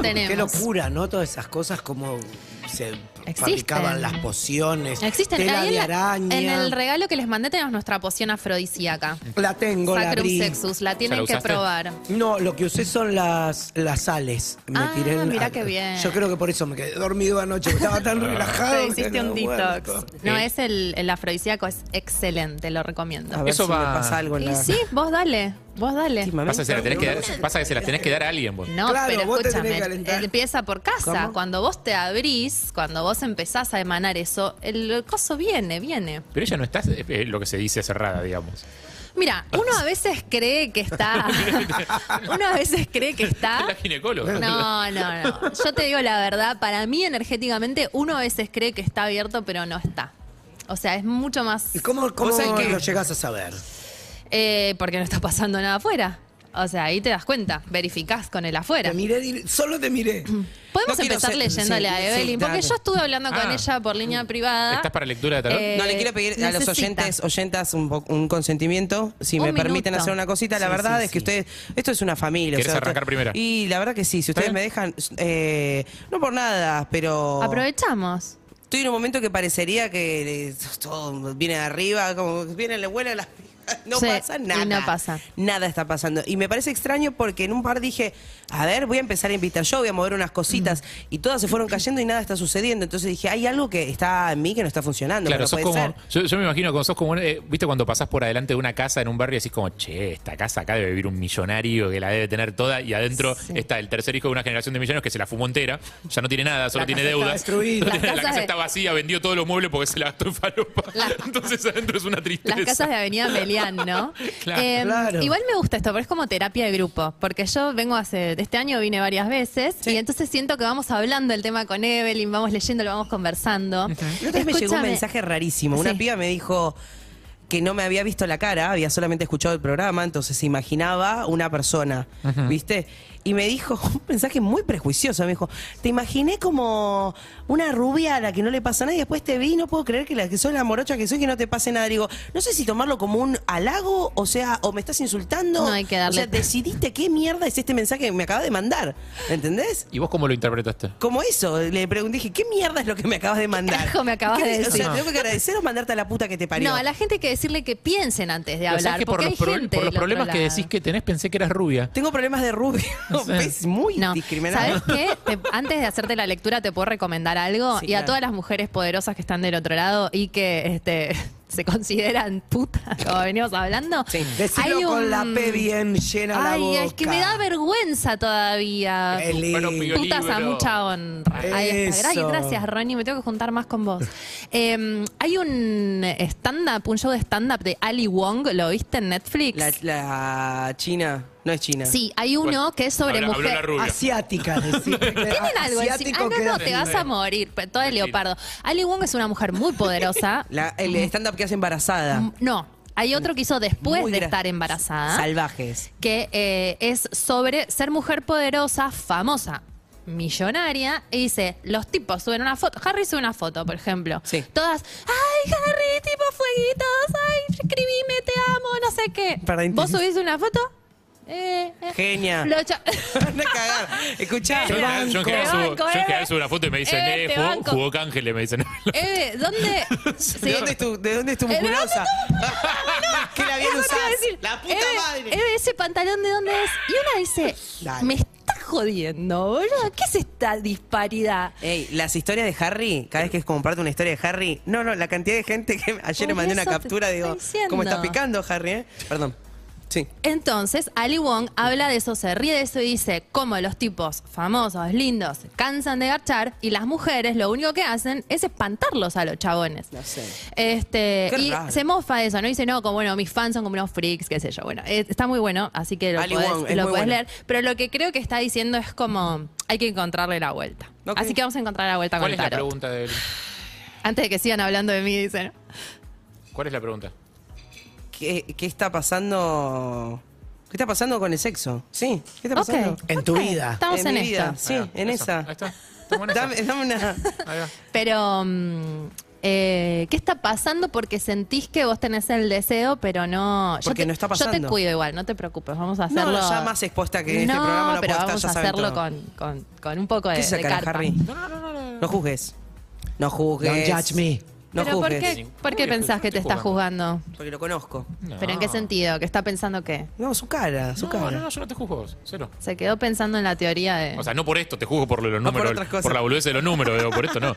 S4: tenemos.
S5: Qué locura, ¿no? Todas esas cosas como se fabricaban las pociones,
S4: Existen.
S5: tela
S4: Ahí
S5: de
S4: en, la-
S5: araña.
S4: en el regalo que les mandé tenemos nuestra poción afrodisíaca.
S5: La tengo, la
S4: Sacrum
S5: abrí.
S4: Sexus, la tienen
S2: ¿Ya la
S4: que
S2: usaste?
S4: probar.
S5: No, lo que usé son las, las sales. Me
S4: Ah,
S5: tiré en-
S4: mirá
S5: ah,
S4: qué bien.
S5: Yo creo que por eso me quedé dormido anoche, porque estaba
S3: Ah.
S5: tan relajado.
S4: Te
S5: que
S4: hiciste
S5: no,
S4: un detox.
S5: muerto.
S4: No,
S2: Sí.
S4: es el, el afrodisíaco, es excelente,
S3: A
S4: lo
S5: Ah,
S4: recomiendo.
S3: ver
S2: Eso
S3: si
S2: va-
S3: me pasa algo en
S4: Y
S3: la...
S4: sí, vos dale, vos dale.
S3: Últimamente.
S2: Pasa que, se la tenés que dar- pasa que se las tenés que dar a alguien vos.
S4: No,
S5: Claro,
S4: pero
S5: vos te tenés que
S4: escúchame,
S5: calentar.
S4: empieza por casa.
S5: ¿Cómo?
S4: Cuando vos te abrís, cuando vos empezás a emanar eso, el coso viene, viene.
S2: Pero ella no está, eh, lo que se dice, cerrada, digamos.
S4: Mira, uno a veces cree que está. uno a veces cree que
S3: Ah.
S4: está.
S2: Es la ginecóloga.
S4: No, no, no. Yo te digo la verdad, para mí energéticamente uno a veces cree que está abierto, pero no está. O sea, es mucho más
S5: ¿Y cómo, cómo
S3: sabés que-
S5: lo llegás a saber?
S4: eh, porque no está pasando nada afuera. O sea, ahí te das cuenta, verificás con el afuera.
S5: Te miré, dir- solo te miré.
S4: Mm.
S3: No
S4: Podemos
S3: quiero
S4: empezar
S3: ser-
S4: leyéndole
S3: sí,
S4: a
S3: sí,
S4: Evelyn, porque
S3: dale.
S4: yo estuve hablando con
S2: Ah.
S4: ella por línea privada.
S2: ¿Estás para lectura de tarot?
S3: No,
S4: Eh,
S3: le quiero pedir a los
S4: necesita.
S3: oyentes, oyentas un, po- un consentimiento. Si
S4: Un
S3: me permiten
S4: minuto.
S3: hacer una cosita, la verdad es que ustedes, esto es una familia.
S2: ¿Querés
S3: esto-
S2: arrancar primera?
S3: Y la verdad que sí, si ustedes
S2: bien?
S3: me dejan, eh, no por nada, pero
S4: Aprovechamos.
S3: estoy en un momento que parecería que eh, todo viene de arriba, como que viene, le vuelan las... No
S4: Sí,
S3: pasa
S4: y
S3: nada.
S4: no pasa.
S3: Nada está pasando. Y me parece extraño porque en un par dije, a ver, voy a empezar a invitar yo, voy a mover unas
S4: Mm.
S3: cositas. Y todas se fueron cayendo y nada está sucediendo. Entonces dije, hay algo que está en mí que no está funcionando. que
S2: Claro,
S3: no
S2: sos
S3: puede
S2: como,
S3: ser.
S2: yo, yo me imagino como sos como, un- eh, viste cuando pasás por adelante de una casa en un barrio y decís como, che, esta casa acá debe vivir un millonario que la debe tener toda y adentro está el tercer hijo de una generación de millonarios que se la fumó entera, ya no tiene nada, solo
S5: La
S2: tiene
S5: casa está
S2: deudas.
S5: destruida.
S2: No tiene-
S4: Las
S2: la
S4: casas
S2: casa
S4: de-
S2: está vacía, vendió todos los muebles porque se la gastó en falopa.
S4: La-
S2: Entonces adentro es una tristeza.
S4: Las casas de Avenida Melián, ¿no? Em,
S2: Claro.
S5: Claro.
S4: Igual me gusta esto, porque es como terapia de grupo, porque yo vengo hace, este año vine varias veces, y entonces siento que vamos hablando el tema con Evelyn, vamos leyéndolo, vamos conversando.
S3: La otra vez me llegó un
S4: Escúchame,
S3: mensaje rarísimo. Una
S4: Sí.
S3: piba me dijo que no me había visto la cara, había solamente escuchado el programa, entonces se imaginaba una persona, ¿viste? Y me dijo un mensaje muy prejuicioso, me dijo, te imaginé como una rubia a la que no le pasa nada y después te vi y no puedo creer que la que soy la morocha que soy que no te pase nada. Digo, no sé si tomarlo como un halago, o sea, o me estás insultando.
S4: No, hay que darle-
S3: O sea, decidiste qué mierda es este mensaje que me acabas de mandar, ¿entendés?
S2: ¿Y vos cómo lo interpretaste?
S3: Como eso, le pregunté, dije, ¿qué mierda es lo que me acabas de mandar?
S4: carajo me acabas
S3: ¿Qué-
S4: de
S3: O sea,
S4: decir?
S3: tengo que agradecer o mandarte a la puta que te parió.
S4: No, a la gente hay que decirle que piensen antes de
S2: Pero sabés
S4: hablar,
S2: que por
S4: porque
S2: los,
S4: hay
S2: proble-
S4: gente
S2: por los
S4: del otro
S2: problemas que
S4: lado.
S2: decís que tenés pensé que eras rubia.
S3: Tengo problemas de rubio. Es muy
S4: No,
S3: discriminante.
S4: ¿sabes qué? Te- antes de hacerte la lectura te puedo recomendar algo
S3: Sí,
S4: y a
S3: claro.
S4: todas las mujeres poderosas que están del otro lado y que este, se consideran putas, como venimos hablando.
S3: Sí.
S5: Decilo
S4: Hay
S5: con
S4: un-
S5: la P bien llena
S4: Ay,
S5: la boca.
S4: es que me da vergüenza todavía.
S5: Qué lindo.
S2: Bueno, piolín.
S4: Putas a
S2: libro.
S4: mucha honra. Ahí está.
S5: Eso.
S4: Gra- Gracias, Ronnie. Me tengo que juntar más con vos. Eh, hay un stand-up, un show de stand-up de Ali Wong. ¿Lo viste en Netflix?
S3: La, la china. no es china.
S4: Sí, hay uno que es sobre
S2: Habló- habló
S4: mujer.
S2: la rubia.
S5: Asiática, decir.
S4: Tienen algo encima. Ah,
S5: Asiático
S4: no, no,
S5: queda-
S4: te vas a morir. pe- Todo el leopardo. Ali Wong es una mujer muy poderosa.
S3: La- el stand-up que hace embarazada.
S4: Mm, No, hay otro que hizo después
S3: Muy
S4: de
S3: gra-
S4: estar embarazada.
S3: Salvajes.
S4: que eh, es sobre ser mujer poderosa, famosa, millonaria, y dice, los tipos suben una foto, Harry sube una foto, por ejemplo,
S3: Sí.
S4: todas, ay Harry, tipo fueguitos, ay, escribime, te amo, no sé qué.
S3: Perdón,
S4: Vos
S3: te-
S4: subís una foto, eh, eh,
S3: Genia.
S4: lo echa-
S3: Van a cagar. Escuchá.
S2: Yo en general- yo en
S4: banco,
S2: general
S4: te
S2: subo-
S4: banco,
S2: yo en general
S4: eh.
S2: subo una foto y me dicen,
S4: Eh,
S2: eh,
S4: te
S2: jugó,
S4: banco.
S2: jugó Cángel, me dicen.
S4: Eh, ¿dónde?
S3: ¿De
S4: Sí.
S3: dónde es tu, de dónde es tu
S4: Eh, ¿de dónde
S3: musculosa? ¿Qué la bien
S4: Eso te iba a
S3: usás?
S4: decir.
S3: La puta
S4: Eh,
S3: madre.
S4: eh, ese pantalón de dónde es. Y una dice,
S5: Dale.
S4: me está jodiendo, boludo. ¿Qué es esta disparidad?
S3: Ey, las historias de Harry, cada vez que comparto una historia de Harry, no, no, la cantidad de gente que ayer le
S4: Por
S3: mandé una
S4: eso te
S3: captura,
S4: estoy
S3: digo,
S4: diciendo.
S3: ¿cómo está picando Harry, eh? Perdón. Sí.
S4: Entonces, Ali Wong habla de eso, se ríe de eso y dice cómo los tipos famosos, lindos, cansan de garchar y las mujeres lo único que hacen es espantarlos a los chabones.
S3: No sé.
S4: Este,
S3: Qué
S4: y
S3: raro.
S4: se mofa de eso, ¿no? Y dice, no, como bueno, mis fans son como unos freaks, qué sé yo. Bueno, eh, está muy bueno, así que lo
S3: Ali
S4: podés,
S3: Wong, es
S4: lo
S3: muy
S4: podés
S3: bueno.
S4: leer. Pero lo que creo que está diciendo es como, hay que encontrarle la vuelta.
S3: Ok.
S4: Así que vamos a encontrar la vuelta con
S2: ¿Cuál
S4: el
S2: es la
S4: tarot.
S2: pregunta de él?
S4: Antes de que sigan hablando de mí, dicen.
S2: ¿Cuál es la pregunta?
S3: ¿Qué, qué está pasando? ¿Qué está pasando con el sexo? Sí, ¿qué está
S4: Ok.
S3: pasando?
S5: En tu
S4: Ok,
S5: vida.
S4: Estamos en,
S3: mi vida,
S4: esto.
S3: Sí,
S2: Ahí va,
S3: en
S2: eso,
S3: esa.
S2: Ahí está. Estamos en esa.
S3: Dame, dame una.
S2: Ahí va.
S4: Pero, mm, eh, ¿qué está pasando? Porque sentís que vos tenés el deseo, pero no.
S3: Porque
S4: te,
S3: no está
S4: Yo te
S3: pasando.
S4: cuido igual, no te preocupes. Vamos a
S3: No,
S4: hacerlo.
S3: ya más expuesta que este
S4: No,
S3: programa no
S4: pero
S3: puedo estar,
S4: vamos
S3: ya
S4: a
S3: saben
S4: hacerlo
S3: todo.
S4: con, con, con un poco de,
S3: ¿Qué se
S4: de
S3: sacará,
S4: carpa.
S3: Harry?
S2: No, no, no, no, no.
S3: No juzgues. No juzgues.
S5: Don't judge me.
S3: No
S4: ¿Pero por
S3: juzgues.
S4: qué, por qué
S2: Uy,
S4: pensás que te
S2: estoy
S4: está juzgando?
S3: Porque lo conozco.
S2: No.
S4: ¿Pero en qué sentido? ¿Que está pensando qué?
S3: No, su cara, su
S2: No, no,
S3: cara.
S2: no, yo no te juzgo vos, cero.
S4: Se quedó pensando en la teoría de.
S2: O sea, no por esto, te juzgo por los
S3: por
S2: números,
S3: otras
S2: por,
S3: cosas.
S2: la boludez de los números, digo, por esto no.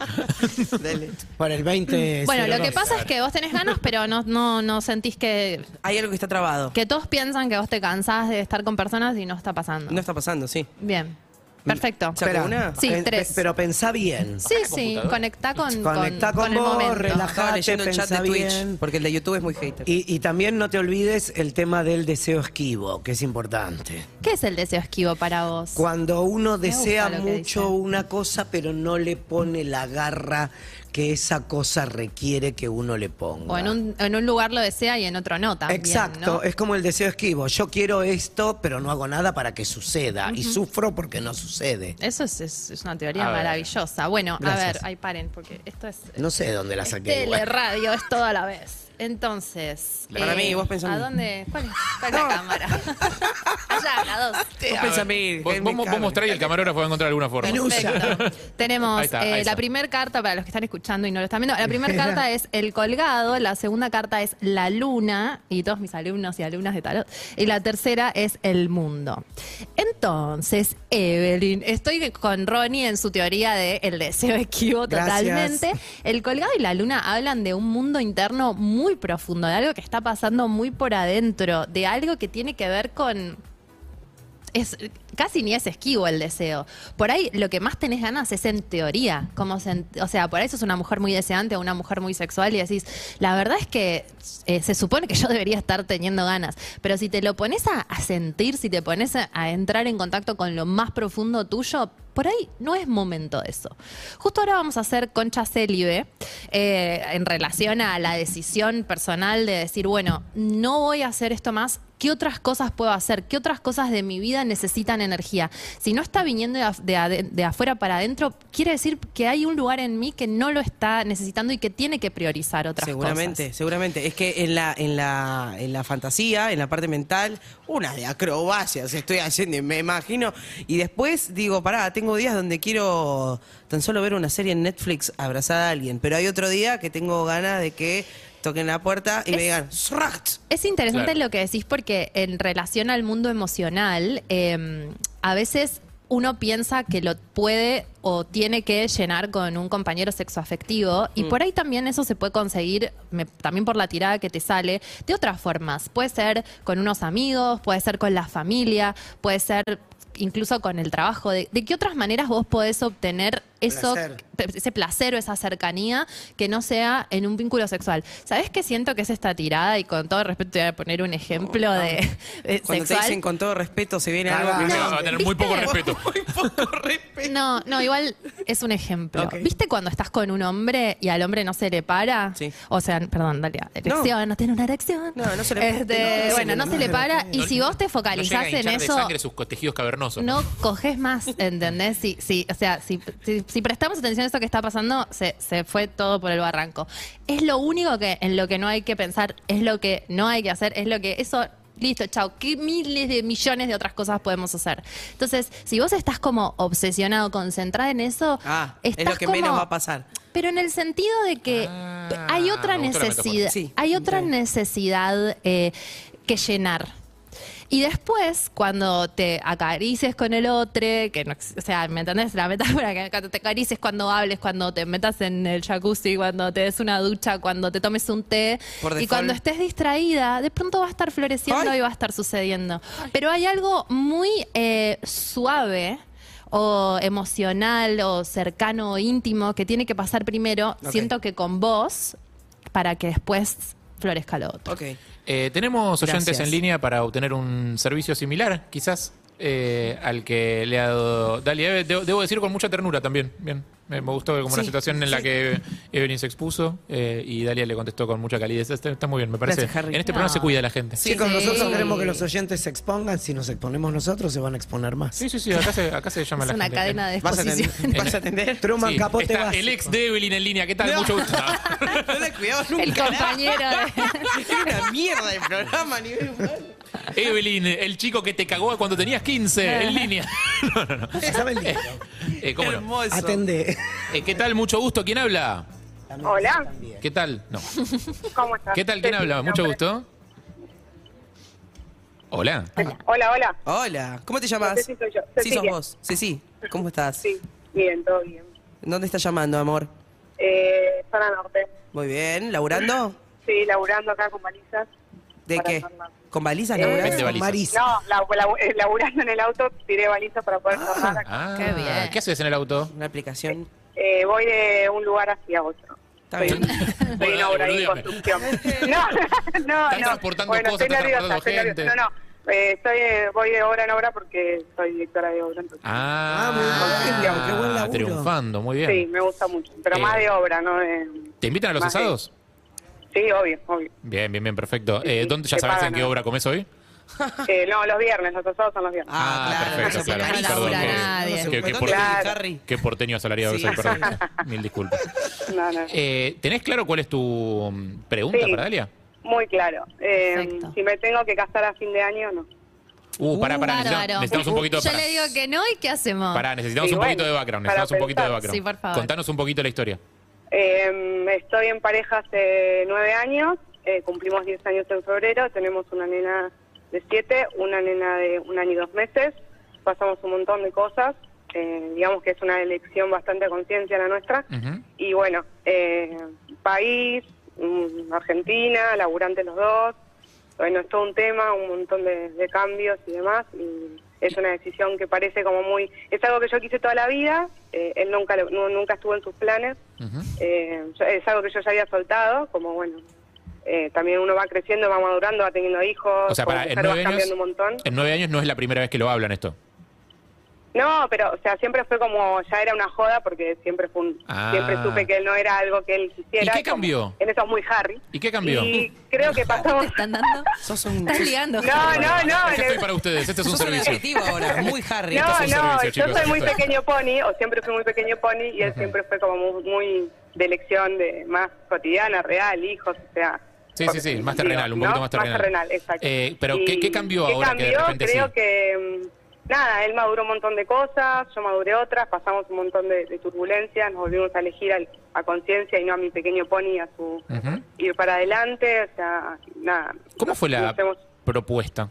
S3: Dale.
S5: Para el 20.
S4: Mm. bueno, lo que
S5: 02.
S4: pasa es que vos tenés ganas, pero no, no, no sentís que.
S3: Hay algo que está trabado.
S4: Que todos piensan que vos te cansás de estar con personas y no está pasando.
S3: No está pasando, sí.
S4: Bien. Perfecto.
S3: Saca
S5: Espera.
S3: Mm. una.
S4: Sí,
S5: Pen-
S4: tres.
S5: pe- Pero pensá bien.
S4: Sí,
S2: Baja la
S4: sí,
S2: computadora.
S4: conectá con,
S5: Conectá con
S4: el
S5: vos,
S4: momento.
S5: relajá.
S3: Estaba
S5: Bajate,
S3: leyendo el chat de
S5: pensá
S3: Twitch,
S5: bien.
S3: porque el de YouTube es muy hater.
S5: Y, y también no te olvides el tema del deseo esquivo, que es importante.
S4: ¿Qué es el deseo esquivo para vos?
S5: Cuando uno
S4: gusta
S5: desea
S4: lo que dice.
S5: mucho una cosa, pero no le pone la garra que esa cosa requiere que uno le ponga.
S4: O en un, en un lugar lo desea y en otro no también,
S5: Exacto,
S4: ¿no?
S5: es como el deseo esquivo. Yo quiero esto, pero no hago nada para que suceda. Y sufro porque no sucede.
S4: Eso es, es- es una teoría
S2: A ver.
S4: maravillosa. Bueno, a
S5: Gracias.
S4: ver, ahí paren, porque esto es...
S5: No sé de dónde la
S4: es
S5: saqué. igual.
S4: teleradio, es todo a la vez. Entonces... eh,
S3: Para mí, vos pensá en
S4: ¿A
S3: mí.
S4: dónde? ¿Cuál es, cuál es la cámara? Allá, la dos.
S3: Vos pensá a mí,
S2: Vos,
S3: que
S2: vos,
S3: me
S2: vos
S3: cabe.
S2: mostrá y el camarógrafo va a encontrar alguna forma.
S5: Menú.
S4: Perfecto. Tenemos
S2: Ahí está, ahí
S4: eh,
S2: está.
S4: la primera carta, para los que están escuchando y no lo están viendo, la primera carta es el colgado, la segunda carta es la luna, y todos mis alumnos y alumnas de tarot, y la tercera es el mundo. Entonces, Evelyn, estoy con Ronnie en su teoría de el deseo esquivo
S5: Gracias.
S4: totalmente. El colgado y la luna hablan de un mundo interno muy profundo, de algo que está pasando muy por adentro, de algo que tiene que ver con es casi ni es esquivo el deseo. Por ahí lo que más tenés ganas es en teoría. Como sen- o sea, por ahí sos una mujer muy deseante o una mujer muy sexual y decís, la verdad es que eh, se supone que yo debería estar teniendo ganas. Pero si te lo pones a, a sentir, si te pones a, a entrar en contacto con lo más profundo tuyo, por ahí no es momento de eso. Justo ahora vamos a hacer concha célibe eh, en relación a la decisión personal de decir, bueno, no voy a hacer esto más, ¿Qué otras cosas puedo hacer? ¿Qué otras cosas de mi vida necesitan energía? Si no está viniendo de, af- de ade- de afuera para adentro, quiere decir que hay un lugar en mí que no lo está necesitando y que tiene que priorizar otras
S3: Seguramente,
S4: cosas.
S3: seguramente. Es que en la, en la, en la fantasía, en la parte mental, una de acrobacias estoy haciendo, y me imagino. Y después digo, pará, tengo días donde quiero tan solo ver una serie en Netflix abrazada a alguien. Pero hay otro día que tengo ganas de que toquen la puerta y me
S4: Es-
S3: digan, "Sracht".
S4: Es interesante
S2: Claro.
S4: lo que decís porque en relación al mundo emocional, eh, a veces uno piensa que lo puede o tiene que llenar con un compañero sexoafectivo y por ahí también eso se puede conseguir, me- también por la tirada que te sale, de otras formas. Puede ser con unos amigos, puede ser con la familia, puede ser incluso con el trabajo. ¿De, de qué otras maneras vos podés obtener eso,
S5: Placer.
S4: pe- ese placer o esa cercanía que no sea en un vínculo sexual. ¿Sabes qué siento que es esta tirada? Y con todo respeto te voy a poner un ejemplo de, de
S3: Oh, Cuando te
S4: sexual.
S3: dicen con todo respeto, se viene
S5: Cagá.
S3: algo que
S2: Me
S4: No,
S2: va a tener muy
S4: ¿viste?
S2: poco respeto.
S4: No, no, igual es un ejemplo.
S3: Ok.
S4: ¿Viste cuando estás con un hombre y al hombre no se le para?
S3: Sí.
S4: O sea, perdón, dale, erección, no, tiene una erección.
S3: No, no se le- no, no
S4: Este,
S3: se
S4: Bueno,
S3: le-
S4: no se le para. Y
S2: No-
S4: si vos te
S2: no llega a
S4: focalizás en
S2: hinchar de
S4: eso,
S2: sangre sus tejidos cavernosos.
S4: no coges más, ¿entendés? Si, si, o sea, si, si- si prestamos atención a esto que está pasando, se, se fue todo por el barranco. Es lo único que en lo que no hay que pensar, es lo que no hay que hacer, es lo que eso. Listo, chao. ¿Qué miles de millones de otras cosas podemos hacer? Entonces, si vos estás como obsesionado, concentrada en eso,
S3: Ah, es
S4: estás
S3: lo que
S4: como-
S3: menos va a pasar.
S4: Pero en el sentido de que
S2: Ah,
S4: p- hay otra
S2: me gustó la metáfora.
S4: necesidad,
S3: Sí,
S4: hay otra
S3: está bien.
S4: necesidad eh, que llenar. Y después, cuando te acaricies con el otro, que no, ex- o sea, ¿me entendés? La metáfora que cuando te acaricies, cuando hables, cuando te metas en el jacuzzi, cuando te des una ducha, cuando te tomes un té.
S3: Por
S4: Y
S3: default.
S4: cuando estés distraída, de pronto va a estar floreciendo
S3: Ay.
S4: y va a estar sucediendo. Pero hay algo muy eh, suave o emocional o cercano o íntimo que tiene que pasar primero,
S3: Ok.
S4: siento que con vos, para que después florezca lo otro.
S3: Ok.
S2: Eh, tenemos oyentes
S3: Gracias.
S2: en línea para obtener un servicio similar, quizás, eh, al que le ha dado Dalia. Eve. Debo, debo decir con mucha ternura también. Bien, me, me gustó como una
S3: Sí,
S2: situación en la que Evelyn se expuso eh, y Dalia le contestó con mucha calidez. Está, está muy bien, me parece.
S3: Gracias, Harry.
S2: En este programa
S4: No.
S2: se cuida la gente. Sí,
S5: Chicos,
S4: Sí.
S5: nosotros queremos que los oyentes se expongan. Si nos exponemos nosotros, se van a exponer más.
S2: sí, sí, acá, se, acá se llama
S4: Es
S2: la
S4: una
S2: gente.
S4: cadena de
S3: ¿Vas a atender?
S4: exposición.
S3: ¿Vas a atender?
S5: Truman
S2: Sí,
S5: Capote
S2: está
S5: básico.
S2: el ex de Evelyn en línea. ¿Qué tal?
S3: No.
S2: Mucho gusto.
S3: No le cuidaba nunca.
S4: El compañero de...
S3: Era una mierda el programa a nivel humano.
S2: Evelyn, el chico que te cagó cuando tenías 15 en línea. No, no, no.
S5: Pasame el libro.
S2: Eh, ¿Cómo no?
S3: Hermoso.
S5: Atendé.
S2: Eh, ¿Qué tal? Mucho gusto. ¿Quién habla?
S1: Hola.
S2: ¿Qué tal? No.
S1: ¿Cómo estás?
S2: ¿Qué tal? ¿Quién habla? Mucho gusto. Hola.
S1: Hola, hola.
S3: Hola, ¿cómo te llamas?
S1: No sé si soy yo.
S3: Sí, sos
S1: Cecilia.
S3: vos. Sí, sí. ¿Cómo estás?
S1: Sí, bien, todo bien.
S3: ¿Dónde estás llamando, amor?
S1: Eh, zona Norte.
S3: Muy bien. ¿Laburando?
S1: Sí, laburando acá con balizas.
S3: ¿De
S1: Para
S3: qué?
S1: tornar.
S3: ¿Con balizas
S1: Eh,
S3: laburás?
S2: Vende balizas.
S5: Marisa.
S1: No, la- la- eh, laburando en el auto tiré balizas para poder tornar acá.
S2: Ah,
S4: Qué bien.
S2: ¿Qué haces en el auto?
S3: Una aplicación.
S1: Eh, voy de un lugar hacia otro.
S3: Está bien.
S1: Estoy en obra y en
S2: Boludeame.
S1: construcción. No,
S2: Estás
S1: no, no.
S2: transportando
S1: bueno,
S2: cosas,
S1: estoy
S2: estás
S1: nerviosa,
S2: transportando
S1: estoy nerviosa.
S2: gente.
S1: No, no. Eh, estoy, eh, voy de obra en obra porque soy directora de obra. Entonces.
S5: Ah, muy bien, Cristian, qué buen
S2: Ah,
S5: laburo.
S2: triunfando, muy
S1: sí,
S2: bien.
S1: me gusta mucho. Pero
S2: Eh.
S1: más de obra, ¿no? De-
S2: ¿Te invitan a los
S1: más de-
S2: asados?
S1: Sí, obvio, obvio.
S2: Bien, bien, bien, perfecto. Eh,
S1: sí,
S2: ¿Dónde ya
S1: te
S2: sabes en
S1: pagan,
S2: qué
S1: ¿no?
S2: obra comes hoy?
S1: Eh, no, los viernes, los asados son los viernes.
S2: Ah, perfecto,
S3: se
S2: claro.
S3: organiza.
S2: Perdón,
S4: No labura
S2: que-
S4: nadie.
S2: que- que
S3: ¿Dónde
S2: por-
S3: vive
S1: Claro.
S3: Harry?
S2: Qué porteño asalariado
S3: Sí.
S2: soy, perdón. Mil disculpas.
S1: No, no.
S2: Eh, ¿Tenés claro cuál es tu mm, pregunta
S1: Sí.
S2: para Dalia?
S1: Muy claro. Eh,
S4: Perfecto.
S1: si me tengo que casar a fin de año, no.
S2: Uh, pará, pará, necesitamos,
S4: Bárbaro.
S2: necesitamos un poquito de
S4: Yo
S2: pará.
S4: le digo que no y ¿qué hacemos?
S2: Pará, necesitamos
S1: Sí,
S2: un poquito
S1: bueno,
S2: de background,
S1: para
S2: necesitamos un poquito de
S1: pensar.
S2: background.
S4: Sí, por favor.
S2: Contanos un poquito la historia.
S1: Eh, estoy en pareja hace nueve años, eh, cumplimos 10 años en febrero, tenemos una nena de siete, una nena de un año y dos meses, pasamos un montón de cosas, eh, digamos que es una elección bastante a conciencia la nuestra,
S2: Ujú.
S1: y bueno, eh, país, mm, Argentina, laburante los dos, bueno, es todo un tema, un montón de, de cambios y demás, y es una decisión que parece como muy, es algo que yo quise toda la vida, eh, él nunca, lo- nu- nunca estuvo en sus planes,
S2: Ujú.
S1: eh, yo- es algo que yo ya había soltado, como bueno, eh, también uno va creciendo, va madurando, va teniendo hijos,
S2: O sea,
S1: con
S2: para,
S1: tu
S2: en
S1: mujer vas
S2: nueve, años,
S1: cambiando un montón.
S2: en nueve años no es la primera vez que lo hablan esto.
S1: No, pero o sea, siempre fue como, ya era una joda porque siempre fue un-
S2: Ah.
S1: siempre supe que él no era algo que él quisiera.
S2: ¿Y qué cambió?
S1: Como- en eso es muy Harry.
S2: ¿Y qué cambió?
S1: Y creo que
S4: ¿Te
S1: pasamos...
S4: están dando?
S3: Sos un...
S4: ¿Estás ligando?
S1: No, no, no.
S2: Acá
S1: en
S2: estoy
S1: el-
S2: para ustedes, este es un
S3: Sos un
S2: servicio.
S3: adjetivo ahora, muy Harry.
S1: No,
S2: Esto es un
S1: no,
S2: servicio,
S1: yo
S2: chicos,
S1: soy muy
S2: esto es-
S1: pequeño pony, o siempre fui muy pequeño pony, y él siempre fue como muy, muy de elección de más cotidiana, real, hijos, o sea.
S2: Sí,
S1: porque-
S2: sí, sí, más terrenal, un poquito más terrenal.
S1: exacto.
S2: Eh, pero
S1: Y-
S2: ¿qué- qué cambió ahora que de
S1: cambió?
S2: repente
S1: Creo
S2: sí?
S1: que, mm, nada, él maduró un montón de cosas, yo maduré otras, pasamos un montón de, de turbulencias, nos volvimos a elegir al- a conciencia y no a mi pequeño pony, a su
S2: Ujú.
S1: ir para adelante, o sea, nada.
S2: ¿Cómo fue la
S1: Nos hemos-
S2: propuesta?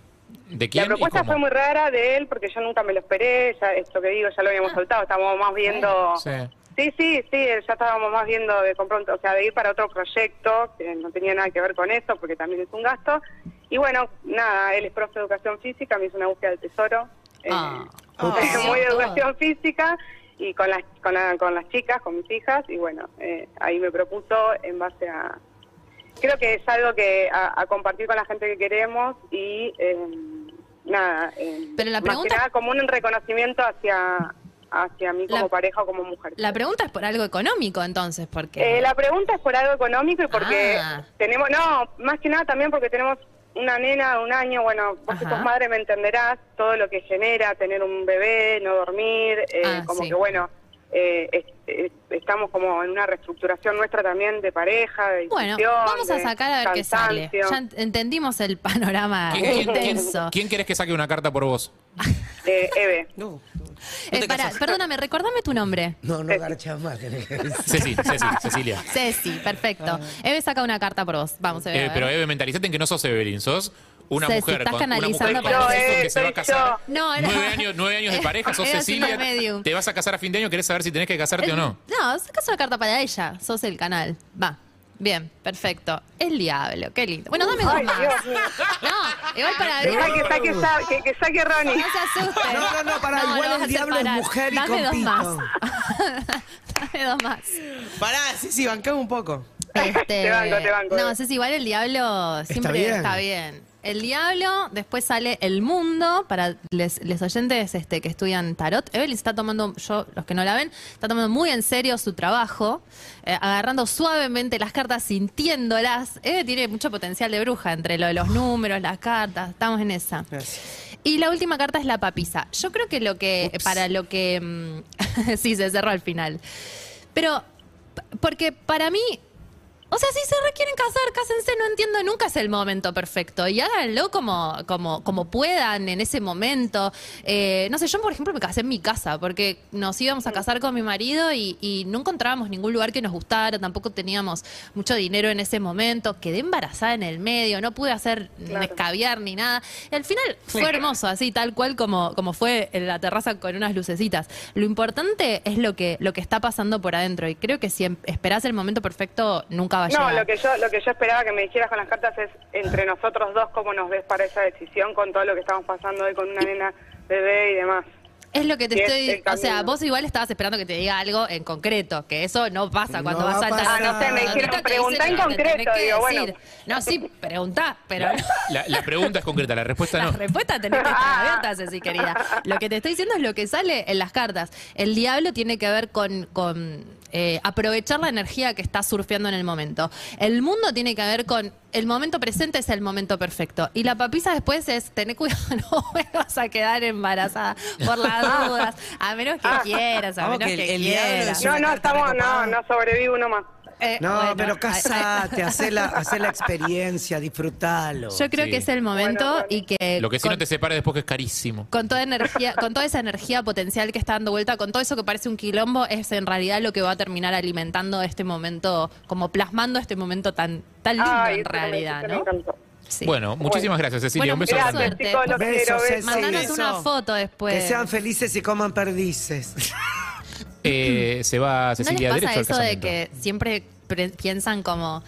S2: ¿De quién
S1: la propuesta
S2: y cómo?
S1: fue muy rara de él porque yo nunca me lo esperé, ya esto que digo ya lo habíamos soltado, estábamos más viendo...
S2: Ah. Sí.
S4: Ah,
S1: Sí, sí, sí, ya estábamos más viendo de comprar, un- o sea, de ir para otro proyecto que no tenía nada que ver con eso porque también es un gasto. Y bueno, nada, él es profe de educación física, me hizo una búsqueda del tesoro, eh,
S4: Ah.
S1: muy de
S4: Ah.
S1: educación física. y con las, con, la- con las chicas, con mis hijas, y bueno, eh, ahí me propuso en base a... Creo que es algo que a, a compartir con la gente que queremos y eh, nada, eh,
S4: Pero la
S1: más que
S4: pregunta-
S1: nada como un reconocimiento hacia, hacia mí como
S4: La-
S1: pareja o como mujer.
S4: La pregunta es por algo económico entonces, porque...
S1: Eh, la pregunta es por algo económico y porque
S4: Ah.
S1: tenemos, no, más que nada también porque tenemos una nena de un año, bueno, vos que
S4: Ajá.
S1: sos madre me entenderás todo lo que genera tener un bebé, no dormir, eh,
S4: Ah,
S1: como
S4: sí.
S1: que bueno, eh, es- es- estamos como en una reestructuración nuestra también de pareja, de
S4: bueno,
S1: discusión,
S4: vamos a
S1: de
S4: sacar a ver qué sale.
S1: cansancio.
S4: Ya ent- entendimos el panorama
S2: ¿Quién, quién- quién-
S4: intenso.
S2: quién querés que saque una carta por vos?
S1: Eh, Eve,
S5: No,
S4: Eh, pará, perdóname, recordame tu nombre.
S5: no, no garchas más. tenés que decir.
S2: Ceci, Ceci, Cecilia.
S4: Ceci, perfecto. Eve saca una carta por vos. Vamos, Eve. a
S2: Eh,
S4: ver.
S2: pero Eve, mentalizate en que no sos Evelyn, sos una
S4: Ceci,
S2: mujer
S4: estás
S2: con, una mujer
S4: canalizando
S2: con
S4: para-
S2: un sexo
S1: Soy
S2: que se va a
S1: yo,
S2: casar.
S1: soy
S4: yo. No, era-
S2: nueve, años, nueve años de pareja, sos
S4: Eva es una
S2: Cecilia.
S4: medium.
S2: Te vas a casar a fin de año, querés saber si tenés que casarte
S4: Eh,
S2: o no.
S4: No, sacas una carta para ella. Sos el canal. Va. Bien, perfecto. El diablo, qué lindo. Bueno, dame dos
S1: Ay,
S4: más.
S1: Dios mío.
S4: No, igual para
S5: Pero
S4: Eve-
S1: Ay, que saque, sa- que, que saque Ronnie.
S4: No se asusten.
S5: No, no, no, pará, igual
S4: la vas
S5: el
S4: a
S5: diablo es
S4: separar.
S5: mujer y
S4: Dame dos
S5: compito.
S4: más. Dame dos más.
S3: Pará, sí, sí, bancame un poco.
S4: Este,
S1: Te banco, te banco.
S4: No, Ceci, igual el diablo siempre
S5: bien.
S4: está bien. El diablo, después sale el mundo, para les, les oyentes este, que estudian tarot. Evelyn está tomando, yo, los que no la ven, está tomando muy en serio su trabajo, eh, agarrando suavemente las cartas, sintiéndolas. Eve tiene mucho potencial de bruja entre lo de los números, las cartas, estamos en esa.
S3: Gracias.
S4: Y la última carta es la papisa. Yo creo que lo que, para lo que, mm, sí, se cerró al final. Pero, p- porque para mí, o sea, si se requieren casar, cásense, no entiendo, nunca es el momento perfecto. Y háganlo como, como, como puedan en ese momento. Eh, no sé, yo por ejemplo me casé en mi casa, porque nos íbamos a casar con mi marido y, y no encontrábamos ningún lugar que nos gustara, tampoco teníamos mucho dinero en ese momento. Quedé embarazada en el medio, no pude hacer
S1: Claro.
S4: escabiar ni nada. Y al final fue hermoso, así tal cual como, como fue en la terraza con unas lucecitas. Lo importante es lo que, lo que está pasando por adentro. Y creo que si em- esperás el momento perfecto, nunca va a
S1: No,
S4: llegar.
S1: lo que yo lo que yo esperaba que me dijeras con las cartas es entre nosotros dos cómo nos ves para esa decisión con todo lo que estamos pasando hoy con una nena bebé y demás.
S4: Es lo que te
S1: Que es
S4: estoy.
S1: el
S4: O sea,
S1: camino.
S4: vos igual estabas esperando que te diga algo en concreto, que eso no pasa cuando
S5: No
S4: vas
S5: va a
S4: al
S5: pasar.
S4: tarot.
S5: Ah, no sé, me
S4: Ahorita
S1: dijeron,
S4: te
S1: "Preguntá en
S4: lo que
S1: concreto",
S4: tenés que
S1: digo, bueno.
S4: decir. No, sí, preguntá, pero.
S2: La, la- la pregunta es concreta, la respuesta
S4: Las
S2: no.
S4: respuestas tenés que estar abiertas, Ceci, querida. Lo que te estoy diciendo es lo que sale en las cartas. El diablo tiene que ver con, con, eh, aprovechar la energía que está surfeando en el momento. El mundo tiene que ver con el momento presente es el momento perfecto. Y la papisa después es tener cuidado, no vas a quedar embarazada por las dudas, a menos que quieras, a
S3: Vamos,
S4: menos que,
S3: que el- el diablo
S4: quieras.
S3: Es
S1: No,
S3: una
S1: no,
S3: carta
S1: estamos, no,
S3: recopada.
S1: no sobrevivo uno más.
S4: Eh,
S5: No,
S4: bueno,
S5: pero
S4: ay,
S5: casate, hacé la, hacé la experiencia, disfrutalo.
S4: ay, Yo creo
S2: Sí.
S4: que es el momento
S1: Bueno, bueno.
S4: y que...
S2: Lo que si
S4: con-
S2: no te separa después que es carísimo.
S4: con toda energía, con toda esa energía potencial que está dando vuelta, con todo eso que parece un quilombo, es en realidad lo que va a terminar alimentando este momento, como plasmando este momento tan, tan lindo
S1: Ay,
S4: en
S1: eso que me
S4: realidad,
S1: dijiste me
S4: ¿no?
S1: encantó.
S4: Sí.
S2: Bueno, muchísimas gracias, Cecilia.
S4: Bueno,
S2: un beso
S4: gracias.
S2: grande.
S1: Gracias,
S4: suerte.
S1: chicos, los
S5: Besos,
S1: quiero.
S5: Ceci.
S1: besos.
S4: Mandanos
S5: Eso.
S4: una foto después.
S5: Que sean felices y coman perdices.
S2: Eh, se va
S4: ¿No
S2: Cecilia
S4: les pasa
S2: derecho al
S4: eso de
S2: casamiento.
S4: que siempre pre- piensan como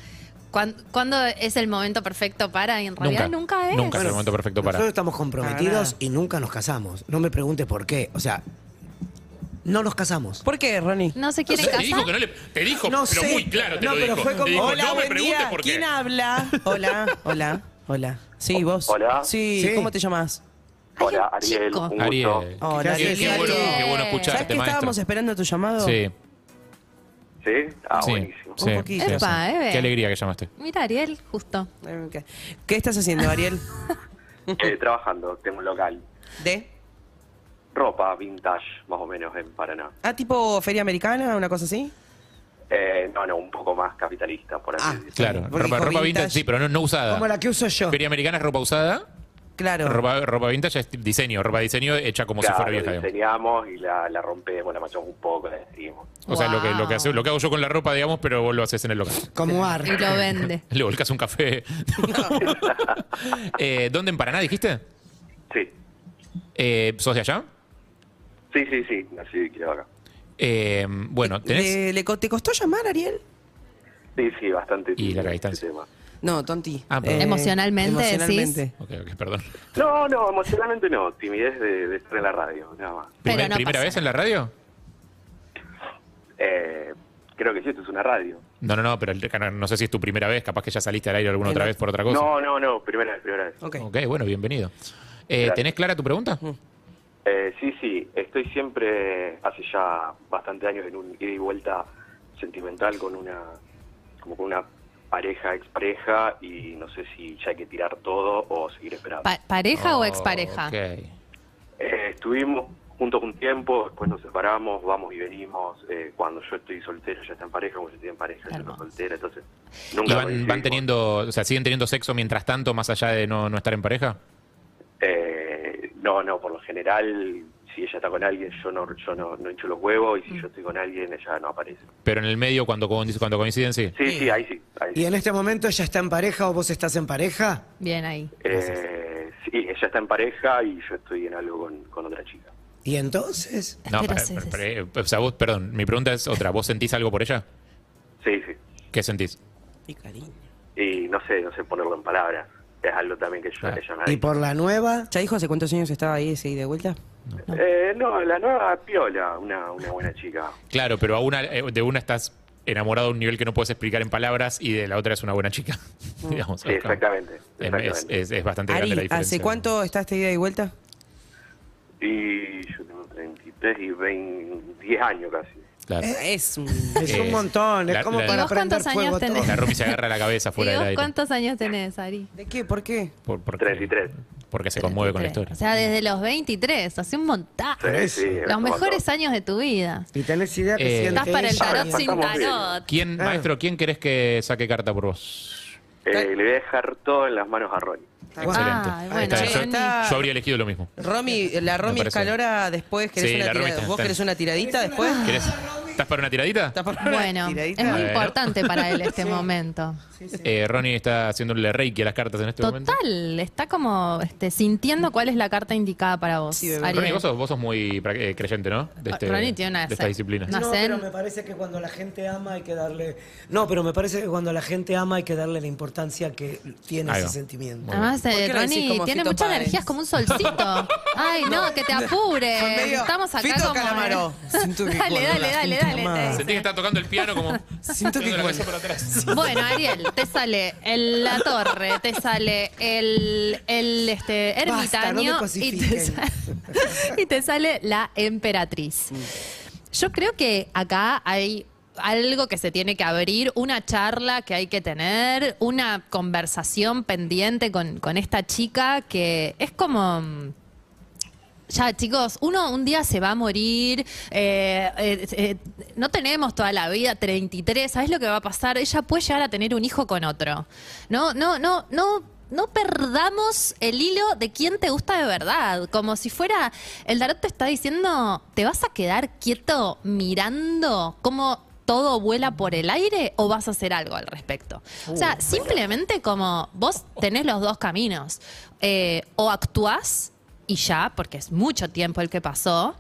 S4: ¿cuán- ¿cuándo, es el momento perfecto para? Y en realidad nunca, es.
S2: Nunca es el momento perfecto para.
S5: Nosotros estamos comprometidos
S3: Para nada.
S5: y nunca nos casamos. No me preguntes por qué. O sea, no nos casamos.
S3: ¿Por qué, Ronnie?
S4: No se quieren
S2: Te dijo
S4: casar.
S2: que no le. Te dijo,
S5: No
S2: pero
S5: sé.
S2: muy claro te
S5: No,
S2: lo
S5: pero
S2: dijo.
S5: fue como,
S2: Te dijo,
S5: "Hola,
S2: no me
S5: buen
S2: preguntes
S3: Día,
S2: por qué.
S3: ¿Quién habla? Hola, hola, hola. Sí, vos.
S6: Hola.
S3: Sí,
S5: Sí.
S3: ¿cómo te llamas?
S4: Ay,
S6: Hola,
S4: un
S6: Ariel.
S4: chico.
S6: Un gusto.
S2: Ariel.
S3: Hola,
S2: qué,
S3: Ariel.
S2: qué bueno, qué bueno
S3: ¿Sabes que
S2: escucharte,
S3: estábamos
S2: maestro.
S3: esperando tu llamado?
S2: Sí,
S6: ¿Sí? Ah,
S2: sí,
S6: buenísimo.
S2: sí,
S3: poquito.
S2: sí,
S4: Epa,
S2: sí.
S4: Eve.
S2: Qué alegría que llamaste.
S4: Mira, Ariel, justo.
S3: Eh, ok. ¿Qué estás haciendo, Ariel?
S6: Eh, trabajando, tengo un local.
S3: ¿De?
S6: Ropa vintage, más o menos, en Paraná.
S3: Ah, tipo feria americana, una cosa así.
S6: Eh, no, no, un poco más capitalista, por así
S3: Ah,
S6: decirlo.
S2: Claro,
S3: Porque
S2: ropa,
S3: dijo
S2: ropa vintage,
S3: vintage.
S2: sí, pero no, no usada.
S5: Como la que uso yo.
S2: Feria americana es ropa usada.
S3: Claro.
S2: Ropa, ropa vintage es diseño, ropa diseño hecha como si
S6: Claro,
S2: fuera vieja. digamos.
S6: diseñamos y la, la rompemos, la machamos un poco, la decidimos.
S2: O sea, lo que, lo, que
S4: Wow.
S2: hace- lo que hago yo con la ropa, digamos, pero vos lo haces en el local.
S5: Como ar.
S4: Y lo vende.
S2: Le volcás un café. Eh, ¿Dónde en Paraná dijiste?
S6: Sí,
S2: Eh, ¿Sos de allá?
S6: sí, sí, sí, así que acá.
S2: Eh, bueno, tenés.
S3: ¿Le, le co- ¿Te costó llamar, Ariel?
S6: Sí, sí, bastante.
S2: Y la
S6: este
S2: distancia.
S6: tema.
S3: No, tonti. Eh,
S2: Ah, perdón.
S4: Emocionalmente, decís.
S3: emocionalmente.
S2: Ok, ok, perdón.
S6: No, no, emocionalmente no, timidez de, de estar en la radio, nada más.
S4: Pero
S2: ¿Primer-
S4: no
S2: ¿Primera
S4: pasa
S2: vez en la radio?
S6: Eh, creo que sí, esto es una radio.
S2: No, no, no, pero el- no sé si es tu primera vez, capaz que ya saliste al aire alguna otra
S4: Eh,
S3: Mira.
S2: vez por otra cosa.
S6: No, no, no, primera vez, primera vez.
S3: Ok.
S2: Ok, bueno, bienvenido. Eh,
S6: Gracias.
S2: ¿Tenés clara tu pregunta?
S6: Eh, sí, sí, estoy siempre, hace ya bastante años, en un ida y vuelta sentimental con una, como con una pareja, expareja, y no sé si ya hay que tirar todo o seguir esperando.
S4: Pa- ¿Pareja
S2: Oh,
S4: o expareja?
S2: Ok.
S6: Eh, estuvimos juntos un tiempo, después nos separamos, vamos y venimos. eh, cuando yo estoy soltero, ya está en pareja, cuando yo estoy en pareja, ya está
S4: Hermoso.
S6: soltera, entonces
S2: ¿Y
S6: nunca...
S2: van,
S6: coincidimos.
S2: van teniendo, o sea, siguen teniendo sexo mientras tanto, más allá de no, no estar en pareja?
S6: Eh, no, no, por lo general, si ella está con alguien, yo no yo no, no hincho los huevos,
S4: Mm.
S6: y si yo estoy con alguien, ella no aparece.
S2: Pero en el medio, cuando, coin- cuando coinciden, sí.
S6: Sí, sí, ahí sí. Ahí
S5: ¿Y
S6: sí.
S5: en este momento ella está en pareja o vos estás en pareja?
S4: Bien ahí.
S6: Eh, sí, ella está en pareja y yo estoy en algo con, con otra chica.
S5: ¿Y entonces?
S2: No,
S4: Espera,
S2: para-
S4: sí, sí,
S2: para- eh, o sea, vos, perdón, mi pregunta es otra. ¿Vos sentís algo por ella?
S6: Sí, sí.
S2: ¿Qué sentís?
S3: Y cariño.
S6: Y no sé, no sé ponerlo en palabras. Es algo también que yo,
S2: Claro.
S6: ella me ha
S5: ¿Y
S6: dicho.
S5: por la nueva?
S3: ¿Ya dijo hace cuántos años estaba ahí ese ida y de vuelta?
S6: Eh, no, la nueva Piola, una, una buena chica.
S2: Claro, pero a una, eh, de una estás enamorado a un nivel que no puedes explicar en palabras y de la otra es una buena chica. digamos,
S6: Sí, exactamente.
S2: Es, es-
S6: exactamente.
S2: es- es bastante grande
S3: Ari,
S2: la diferencia.
S3: ¿hace cuánto está este ida y vuelta?
S6: Y yo tengo 33 y 20, 10 años casi.
S2: Claro.
S3: Es un...
S5: Es
S2: Eh,
S5: un montón, es
S2: la-
S5: como
S2: la-
S5: para
S4: ¿Y vos cuántos
S5: prender fuego
S4: años tenés?
S2: La
S5: todo.
S2: Rumi se agarra la cabeza fuera
S4: ¿Y
S2: del
S4: vos
S2: aire.
S4: cuántos años tenés, Ari?
S3: ¿De qué? ¿Por qué?
S2: Por, porque,
S6: 33.
S2: Porque se conmueve Pues con la
S4: 33.
S2: historia.
S4: O sea, desde los 23, hace un montón.
S6: Sí, sí, es
S4: los
S6: un
S4: mejores
S6: montón.
S4: años de tu vida.
S5: ¿Y tenés idea que
S2: Eh,
S5: si el
S4: Estás para el
S5: ella-
S4: tarot
S6: Ahora
S4: sin
S6: pasamos bien.
S4: tarot.
S2: ¿Quién, maestro, quién querés que saque carta por vos?
S6: Eh, le voy a dejar todo en las manos a Ronnie.
S2: Excelente.
S4: Ah, bueno,
S2: Está bien.
S3: Ronnie.
S2: yo, yo habría elegido lo mismo.
S3: Romy, la Romy
S2: parece.
S3: Escalora después, ¿querés
S2: Sí,
S3: una
S2: la Romy
S3: tirada-
S2: está-
S3: ¿Vos
S2: está-
S3: querés una tiradita después?
S2: ¿Querés- ¿Estás para una tiradita?
S3: ¿Estás por una
S4: Bueno,
S3: tiradita?
S4: es muy
S2: Bueno.
S4: importante para él este momento.
S2: Eh, Ronnie está haciéndole reiki a las cartas en este momento.
S4: Total, está como este, sintiendo cuál es la carta indicada para vos.
S3: Sí, bebé.
S4: Ariel.
S2: Ronnie, vos sos, vos sos muy pra- eh, creyente, ¿no? De este-
S4: Ah, Ronnie tiene una
S2: de esta
S4: zen.
S2: disciplina.
S4: Una
S5: No,
S4: zen.
S5: pero me parece que cuando la gente ama hay que darle. No, pero me parece que cuando la gente ama hay que darle la importancia que tiene
S2: Ahí
S5: ese
S2: va.
S5: sentimiento.
S4: Además,
S3: ¿Por
S4: eh,
S3: qué lo decís
S4: Ronnie
S3: como
S4: tiene
S3: Fito
S4: mucha
S3: Páez?
S4: energía, es como un solcito. Ay, no, que te apure.
S3: Fue medio
S4: Estamos acá
S3: Fito
S4: como...
S3: Calamaro. Siento que
S4: dale,
S3: cuando
S4: dale,
S3: la
S4: dale,
S3: gente
S4: dale,
S3: ama-
S4: te dice.
S2: Sentí que está tocando el piano como.
S3: Siento
S2: tocando
S3: que
S2: la cabeza
S3: cuando-
S2: para atrás.
S4: ¿Eh? Bueno, Ariel, te sale el, la torre, te sale el, el este,
S5: Basta, no me
S4: ermitaño y, te
S5: cosifiquen.
S4: sa- y te sale la emperatriz. Yo creo que acá hay algo que se tiene que abrir, una charla que hay que tener, una conversación pendiente con, con esta chica que es como... mm, Ya, chicos, uno un día se va a morir, eh, eh, eh, no tenemos toda la vida, 33, ¿sabes lo que va a pasar? Ella puede llegar a tener un hijo con otro. No, no, no, no. No perdamos el hilo de quién te gusta de verdad, como si fuera el tarot te está diciendo, ¿te vas a quedar quieto mirando cómo todo vuela por el aire o vas a hacer algo al respecto. o sea, simplemente como vos tenés los dos caminos. Eh, o actuás y ya, porque es mucho tiempo el que pasó,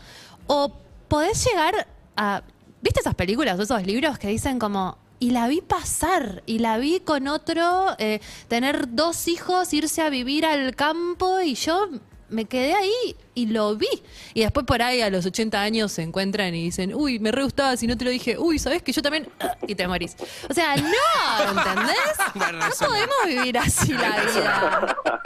S4: o podés llegar a... ¿Viste esas películas o esos libros que dicen como... Y la vi pasar, y la vi con otro, eh, tener dos hijos, irse a vivir al campo, y yo me quedé ahí y lo vi. Y después por ahí a los 80 años se encuentran y dicen, uy, me re gustaba si no te lo dije, uy, ¿sabes que yo también? ¡Ah! Y te morís. O sea, no, ¿entendés? No podemos vivir así la vida.
S2: Pará,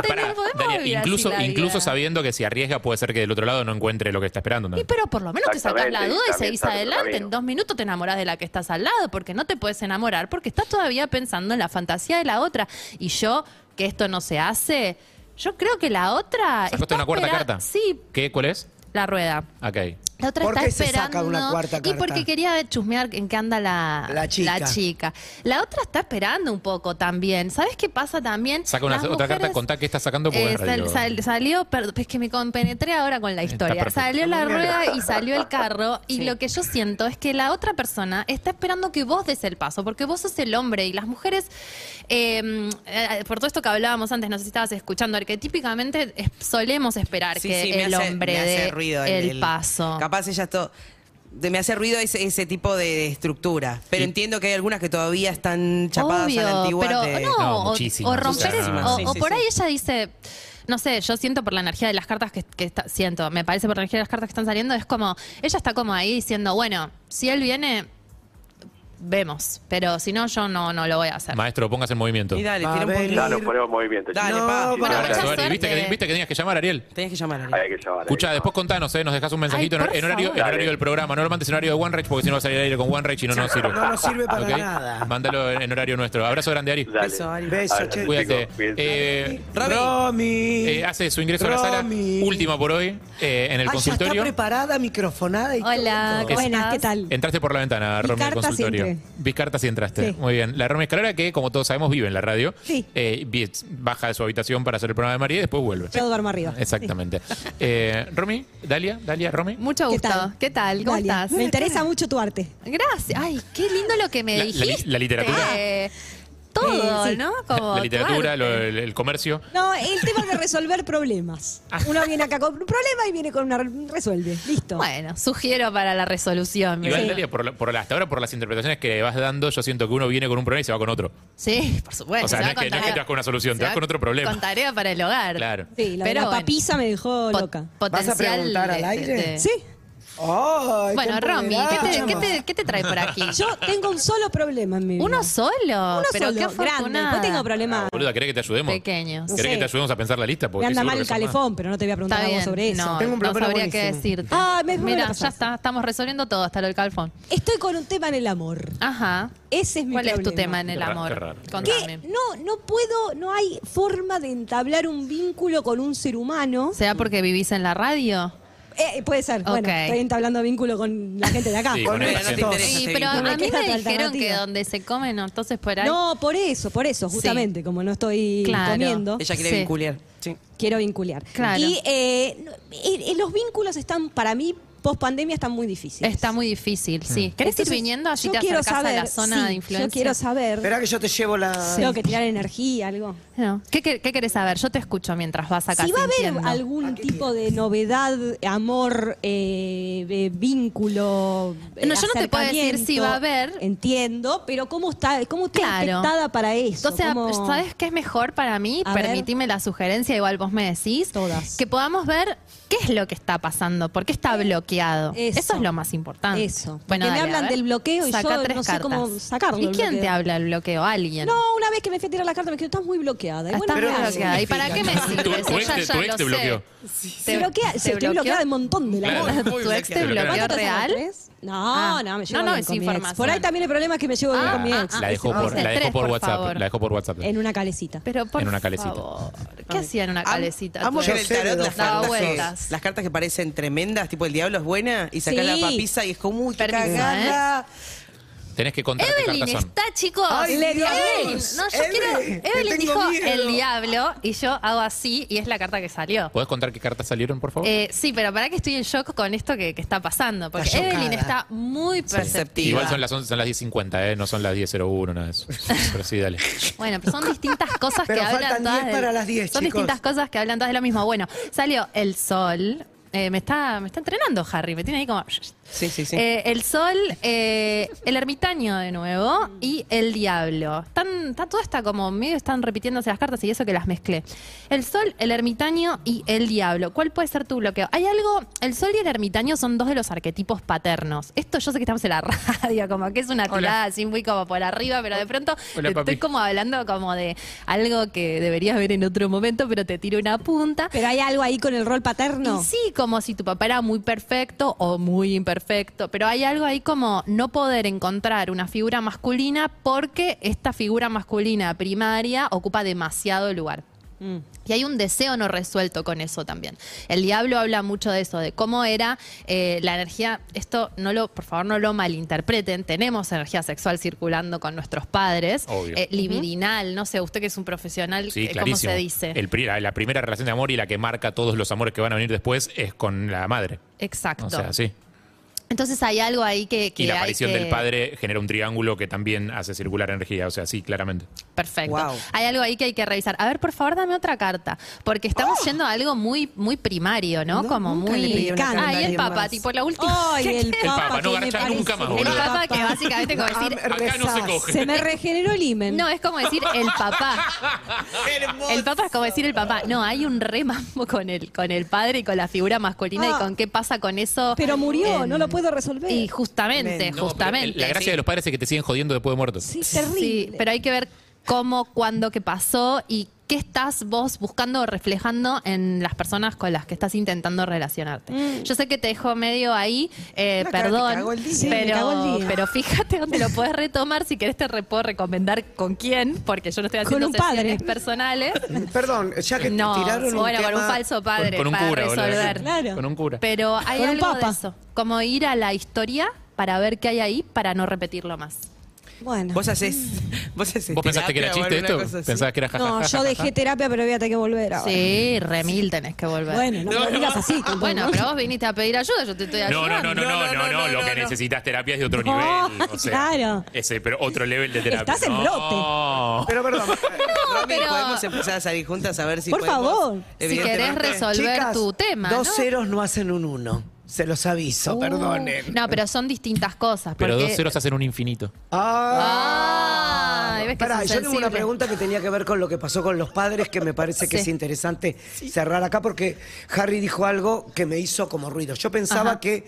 S4: Tenés- podemos
S2: Dania,
S4: vivir así
S2: incluso,
S4: la vida.
S2: incluso sabiendo que si arriesga puede ser que del otro lado no encuentre lo que está esperando. ¿no?
S4: Y pero por lo menos te sacas la
S6: Exactamente,
S4: duda y
S6: y también
S4: seguís
S6: sale otro
S4: adelante.
S6: camino.
S4: En dos minutos te enamorás de la que estás al lado, porque no te puedes enamorar, porque estás todavía pensando en la fantasía de la otra. Y yo, que esto no se hace, yo creo que la otra.
S2: ¿Sacaste
S4: está
S2: una cuarta
S4: espera-
S2: carta?
S4: Sí,
S2: ¿Qué? ¿Cuál es?
S4: la rueda.
S2: Ok.
S4: La otra
S5: ¿Por
S4: está
S5: qué se
S4: esperando.
S5: saca una cuarta
S4: Y
S5: carta?
S4: porque quería chusmear en qué anda la,
S5: La chica.
S4: la chica. La otra está esperando un poco también. ¿Sabes qué pasa también?
S2: Saca una,
S4: Las
S2: otra carta,
S4: mujeres-
S2: contá qué está sacando porque
S4: eh,
S2: es radio.
S4: sal- sal- salió, perdón, es que me compenetré ahora con la
S2: Está
S4: historia.
S2: perfecto.
S4: Salió la rueda y salió el carro. Y lo que yo siento es que la otra persona está esperando que vos des el paso, porque vos sos el hombre y las mujeres, eh, eh, por todo esto que hablábamos antes, no sé si estabas escuchando, que típicamente es- solemos esperar
S3: Sí,
S4: que
S3: sí, me
S4: el
S3: hace-
S4: hombre
S3: me hace
S4: dé
S3: ruido
S4: el, paso.
S3: Capaz ella esto. de- me hace ruido ese, ese tipo de estructura. Pero entiendo que hay algunas que todavía están chapadas a la
S4: Obvio,
S3: antigua.
S4: pero
S3: de-
S4: no,
S2: No,
S4: o- o,
S2: muchísimas,
S4: romper,
S2: muchísimas.
S4: o,
S3: Sí,
S4: o
S3: sí,
S4: por
S3: sí.
S4: ahí ella dice, no sé, yo siento por la energía de las cartas que, que está- siento, me parece por la energía de las cartas que están saliendo, es como, ella está como ahí diciendo, bueno, si él viene, vemos, pero si no, yo no, no lo voy a hacer.
S2: Maestro, pongas en movimiento.
S3: Y dale,
S5: Va
S3: tira un
S5: a venir.
S3: poquito.
S6: Ya nos ponemos en movimiento.
S3: Dale,
S6: chicos.
S3: pa,
S6: Sí,
S4: bueno,
S6: sí,
S4: mucha
S6: sí.
S2: Ariel,
S4: suerte.
S2: ¿Viste, que, viste que tenías que llamar, Ariel.
S3: Tenés que llamar a alguien.
S6: Hay que llamar, hay que
S2: Escucha,
S6: llamar.
S2: después contanos, ¿eh? nos dejas un mensajito
S4: Ay,
S2: en-
S4: por
S2: en, horario, en
S4: favor.
S2: horario del programa. No lo mandes en horario de One Rage porque si no vas a salir al aire con One Rage y no nos sirve.
S5: No nos sirve para
S2: ¿Ok?
S5: nada.
S2: Mándalo en en horario nuestro. Abrazo grande, Ari.
S6: Dale.
S3: Beso, Ari.
S5: Beso,
S6: Abrazo,
S5: che.
S2: Cuídate.
S6: chicos, cuídense.
S2: Eh,
S3: Rami.
S5: Romy.
S2: eh, hace su ingreso a la sala,
S5: Romy.
S2: última por hoy, eh, en el
S5: Ah, ya está
S2: consultorio.
S5: preparada, microfonada y
S4: Hola,
S5: todo.
S4: ¿cómo
S7: Buenas,
S4: estás?
S7: ¿qué tal?
S2: Entraste por la ventana, Romy, al
S7: Vizcarta
S2: consultorio.
S7: sí entré.
S2: Vizcarta sí entraste.
S7: Sí.
S2: Muy bien. La Romy Escalera, que como todos sabemos, vive en la radio.
S7: Sí.
S2: Eh, vi- baja de su habitación para hacer el programa de María y después vuelve.
S7: Yo duermo arriba.
S2: Exactamente. Eh, Romy, Dalia, Dalia, Romy.
S4: Mucho
S7: ¿Qué
S4: gusto. ¿Qué
S7: tal?
S4: tal? ¿Cómo
S7: Dalia,
S4: estás?
S7: Me interesa mucho tu arte.
S4: Gracias. Ay, qué lindo lo que me
S2: La- la li-
S4: dijiste.
S2: la literatura.
S4: Eh, todo,
S7: Eh, Sí, sí.
S4: ¿no? Como
S2: la literatura,
S4: tu
S2: lo-
S4: arte.
S2: el, el comercio.
S7: No, el tema de resolver problemas.
S4: Ah.
S7: Uno viene acá con un problema y viene con una. Resuelve. Listo.
S4: Bueno, sugiero para la resolución.
S2: Igual,
S4: Sí.
S2: Dalia, por, la- por la- hasta ahora, por las interpretaciones que vas dando, yo siento que uno viene con un problema y se va con otro.
S4: Sí, por supuesto.
S2: O sea,
S4: se
S2: no
S4: va
S2: es que- no es que
S4: tarea.
S2: te vas con una solución,
S4: Se
S2: te vas
S4: va
S2: con otro problema.
S4: Con tarea para el hogar.
S2: Claro.
S7: Sí, la,
S4: Pero
S7: la
S4: bueno. Eh.
S7: papiza me dejó
S4: Po-
S7: loca.
S4: Potencial
S5: preguntar
S4: de-
S5: al
S4: de-
S5: aire?
S4: de-
S7: Sí.
S5: Ay,
S4: Bueno,
S5: qué
S4: Romy, ¿qué te,
S5: empoderada.
S4: qué te- qué te trae por aquí?
S7: Yo tengo un solo problema en mi vida.
S4: Uno solo.
S7: Uno
S4: pero
S7: solo,
S4: qué
S7: grande.
S4: afortunada.
S7: No tengo problema.
S2: Boluda, ¿querés que te ayudemos?
S4: Pequeño.
S2: ¿Querés
S7: No
S2: que
S7: sé.
S2: te ayudemos a pensar la lista? Porque
S7: Me anda
S2: seguro
S7: mal
S2: que
S7: el
S2: son más.
S7: calefón, pero no te voy a preguntar
S4: Está
S7: a vos
S4: bien.
S7: sobre eso.
S4: No,
S5: Tengo un
S4: no
S5: problema
S4: sabría qué
S5: buenísimo.
S4: decirte.
S7: Ah, me- me la
S4: Mira, ya
S7: pasaste.
S4: está, estamos resolviendo todo, hasta lo del calefón.
S7: Estoy con un tema en el amor.
S4: Ajá.
S7: Ese Este es mi
S4: ¿Cuál es
S7: problema.
S4: tu tema en el
S2: Qué ra-
S4: amor?
S2: qué raro.
S4: Contame.
S7: Que no, no puedo, no hay forma de entablar un vínculo con un ser humano.
S4: ¿Será porque vivís en la radio?
S7: Eh, puede ser, bueno,
S4: Ok.
S7: estoy entablando vínculo con la gente de acá.
S2: Sí,
S5: Con
S2: con
S5: ella,
S2: esta
S5: no te
S2: gente.
S5: interesa.
S4: Sí,
S3: ese
S4: pero a
S7: vínculo.
S4: mí
S7: ¿Qué es
S4: me
S7: otra
S4: dijeron que
S7: alternativa?
S4: donde se come, no, entonces por ahí.
S7: No, por eso, por eso, justamente, como no estoy
S4: Claro.
S7: comiendo,
S3: Ella quiere
S4: Sí.
S3: vincular. Sí.
S7: quiero vincular.
S4: Claro.
S7: Y eh, no, eh, eh, los vínculos están, para mí, post pandemia, están muy difíciles.
S4: Está muy difícil, sí. ¿Querés
S7: Entonces,
S4: ir viniendo? Allí
S7: yo
S4: te
S7: quiero
S4: acercás
S7: saber,
S4: a la zona
S7: sí,
S4: de influencia.
S7: Yo quiero saber,
S5: Esperá que yo te llevo la.
S7: tengo que tirar energía, algo.
S4: No. ¿Qué, quer- qué querés saber? Yo te escucho mientras vas acá
S7: Si va a haber
S4: sintiendo.
S7: algún tipo de novedad, amor, eh, eh, vínculo, eh,
S4: No, yo no te puedo decir si va a haber.
S7: Entiendo, pero ¿cómo está cómo está
S4: Claro.
S7: afectada para eso?
S4: O sea,
S7: ¿Cómo-
S4: ¿sabes qué es mejor para mí?
S7: A ver.
S4: Permitime la sugerencia, igual vos me decís.
S7: Todas. Eh,
S4: Que podamos ver qué es lo que está pasando, por qué está bloqueado.
S7: Eso.
S4: Eso, es lo más importante.
S7: Eso.
S4: Bueno,
S7: Porque me
S4: dale, a
S7: hablan
S4: ver.
S7: del bloqueo y
S4: Sacá
S7: yo
S4: tres
S7: no sé cómo
S4: cartas.
S7: sacarlo
S4: ¿Y
S7: el
S4: quién te
S7: bloqueo?
S4: habla del bloqueo? ¿Alguien?
S7: No, una vez que me fui a tirar la carta me quedé, estás muy bloqueada. Y
S4: Ah,
S7: bueno,
S4: Estás
S7: ¿qué hago?
S4: bloqueada. ¿Y para qué me
S2: Tu- tu
S4: sirve?
S2: ex te- tu ex te bloqueó.
S7: Se bloquea, se estoy bloqueada de un montón de la
S2: Claro.
S7: vida.
S2: Muy
S4: ¿Tu ex
S2: bloqueada.
S4: te bloqueó
S7: ¿Cuánto te hacen,
S4: real?
S7: tres? No,
S4: Ah.
S7: no, me llevo
S4: No, no,
S7: bien
S4: es
S7: con mi ex.
S4: información.
S7: Por ahí también el problema es que me llevo bien con mi
S2: La,
S7: ex.
S2: la dejó
S4: ah,
S2: por,
S4: ah.
S2: la dejó por
S4: Tres, por
S2: WhatsApp.
S4: favor.
S2: La dejó por WhatsApp.
S7: En una calecita.
S4: Pero por
S2: En una calecita.
S4: favor. ¿Qué hacía en una calecita?
S3: Amo
S4: tu
S3: que en
S4: ex?
S3: el tarot las
S4: Daba
S3: cartas,
S4: vueltas.
S3: las cartas que parecen tremendas, tipo el diablo es buena, y sacás
S7: Sí.
S3: la papisa y es como, uy, qué
S4: Permiso, ¿eh?
S3: cagada.
S2: Tenés que contar qué
S4: Evelyn
S2: cartas son.
S4: está, chicos.
S5: Ay,
S4: Evelyn.
S5: Dios.
S4: No, yo
S5: Evelyn,
S4: quiero.
S5: te
S4: Evelyn
S5: tengo
S4: dijo
S5: miedo.
S4: el diablo y yo hago así y es la carta que salió.
S2: ¿Podés contar qué cartas salieron, por favor?
S4: Eh, sí, pero para que estoy en shock con esto que, que está pasando. Porque
S5: Está
S4: Evelyn
S5: chocada.
S4: está muy perceptiva.
S2: Igual son las, 11 son las 10.50, eh, no son las 10.01, nada de eso. Pero sí, dale.
S4: Bueno, pero son distintas cosas
S5: Pero
S4: que
S5: faltan
S4: hablan todas.
S5: 10
S4: de-
S5: para las 10,
S4: son
S5: chicos.
S4: distintas cosas que hablan todas de lo mismo. Bueno, salió el sol. Eh, me, está, me está entrenando Harry, me tiene ahí como.
S3: Sí, sí, sí.
S4: Eh, el sol, eh, el ermitaño de nuevo y el diablo. Están, está todo está como medio están repitiéndose las cartas y eso que las mezclé. El sol, el ermitaño y el diablo. ¿Cuál puede ser tu bloqueo? Hay algo, el sol y el ermitaño son dos de los arquetipos paternos. Esto yo sé que estamos en la radio, como que es una tirada así muy como por arriba, pero de pronto
S2: Hola,
S4: te
S2: papi.
S4: estoy como hablando como de algo que deberías ver en otro momento, pero te tiro una punta.
S7: Pero hay algo ahí con el rol paterno.
S4: Y sí, como si tu papá era muy perfecto o muy imperfecto, pero hay algo ahí como no poder encontrar una figura masculina porque esta figura masculina primaria ocupa demasiado lugar. Y hay un deseo no resuelto con eso también. El diablo habla mucho de eso, de cómo era eh, la energía. Esto no lo, por favor, no lo malinterpreten. Tenemos energía sexual circulando con nuestros padres.
S2: Obvio.
S4: Eh, libidinal, no sé, usted que es un profesional,
S2: Sí,
S4: eh, ¿cómo
S2: clarísimo.
S4: se dice?
S2: El pri- la, la primera relación de amor y la que marca todos los amores que van a venir después es con la madre.
S4: Exacto.
S2: O sea, sí.
S4: Entonces hay algo ahí que... que
S2: Y la
S4: hay
S2: aparición
S4: que-
S2: del padre genera un triángulo que también hace circular energía. O sea, sí, claramente.
S4: Perfecto.
S3: Wow.
S4: Hay algo ahí que hay que revisar. A ver, por favor, dame otra carta, porque estamos yendo a algo muy muy primario, ¿no?
S3: No,
S4: Como
S3: nunca le
S4: muy
S3: pedí una carta a
S4: Ah, y el
S3: alguien
S4: papá,
S3: más.
S4: tipo la última.
S7: Ay,
S4: que
S7: el
S4: queda.
S2: Papa, no
S7: papa que me
S2: garchar
S7: parece-
S2: nunca más,
S4: el
S2: boludo.
S4: papá que básicamente como
S7: Ah,
S4: decir,
S2: Acá no se coge.
S7: Se me regeneró el imen.
S4: no, es como decir el papá. El papá es como decir el papá. No, hay un re mambo con el, con el padre y con la figura masculina y
S7: Ah.
S4: con qué pasa con eso.
S7: Pero murió,
S4: en-
S7: no lo puedo resolver.
S4: Y justamente,
S2: No, pero
S4: justamente.
S2: el- La gracia
S4: sí.
S2: de los padres es que te siguen jodiendo después de muertos.
S7: Sí, terrible.
S4: Sí, pero hay que ver cómo, cuándo, qué pasó y qué estás vos buscando o reflejando en las personas con las que estás intentando relacionarte. Yo sé que te dejo medio ahí, eh,
S3: No, claro, te
S4: perdón,
S3: cagó el día.
S7: Sí, me cagó el
S4: pero,
S7: día.
S4: pero fíjate dónde lo puedes retomar. Si querés te re- puedo recomendar con quién, porque yo no estoy
S7: Con
S4: haciendo
S7: un padre.
S4: sesiones personales.
S5: Perdón, ya que
S4: No,
S5: tiraron un
S4: bueno, con un
S5: tema-
S4: falso padre
S2: con, con un
S4: para
S2: cura, boludo.
S4: resolver.
S7: Claro.
S2: Con un cura.
S4: Pero hay
S7: Con un
S4: algo
S7: papa.
S4: de eso, como ir a la historia para ver qué hay ahí para no repetirlo más.
S7: Bueno.
S3: Vos hacés. Vos, hacés
S2: ¿Vos pensaste que era
S3: terapia o
S2: chiste
S3: alguna
S2: esto?
S3: cosa así.
S2: ¿Pensabas que era jajaja?
S7: No, yo dejé terapia, pero voy a tener que volver ahora.
S4: Sí, remil tenés que volver. Ah,
S7: Bueno, no, me lo digas así. tampoco,
S4: Bueno,
S7: ¿no?
S4: pero vos viniste a pedir ayuda, yo te estoy
S2: No,
S4: ayudando.
S2: no, no, no, no, no, no, lo que
S3: no.
S2: necesitas terapia es de otro
S7: No,
S2: nivel. O sea,
S7: claro.
S2: Ese, pero otro level de terapia.
S7: Estás en
S2: No.
S5: Pero perdón,
S3: Rami,
S4: pero-
S3: podemos empezar a salir juntas a ver si
S7: Por
S3: podemos?
S7: favor.
S4: Si querés
S3: Evidentemente.
S4: resolver
S5: Chicas,
S4: tu tema,
S5: Dos
S4: ¿no?
S5: ceros no hacen un uno. Se los aviso,
S4: Uh,
S5: perdonen.
S4: No, pero son distintas cosas.
S2: Pero
S4: porque-
S2: dos ceros hacen un infinito.
S5: Ah.
S4: Ay, ves que
S5: Pará,
S4: sos
S5: yo tengo
S4: sensible.
S5: una pregunta que tenía que ver con lo que pasó con los padres, que me parece que
S4: Sí.
S5: es interesante cerrar acá, porque Harry dijo algo que me hizo como ruido. Yo pensaba
S4: Ajá.
S5: que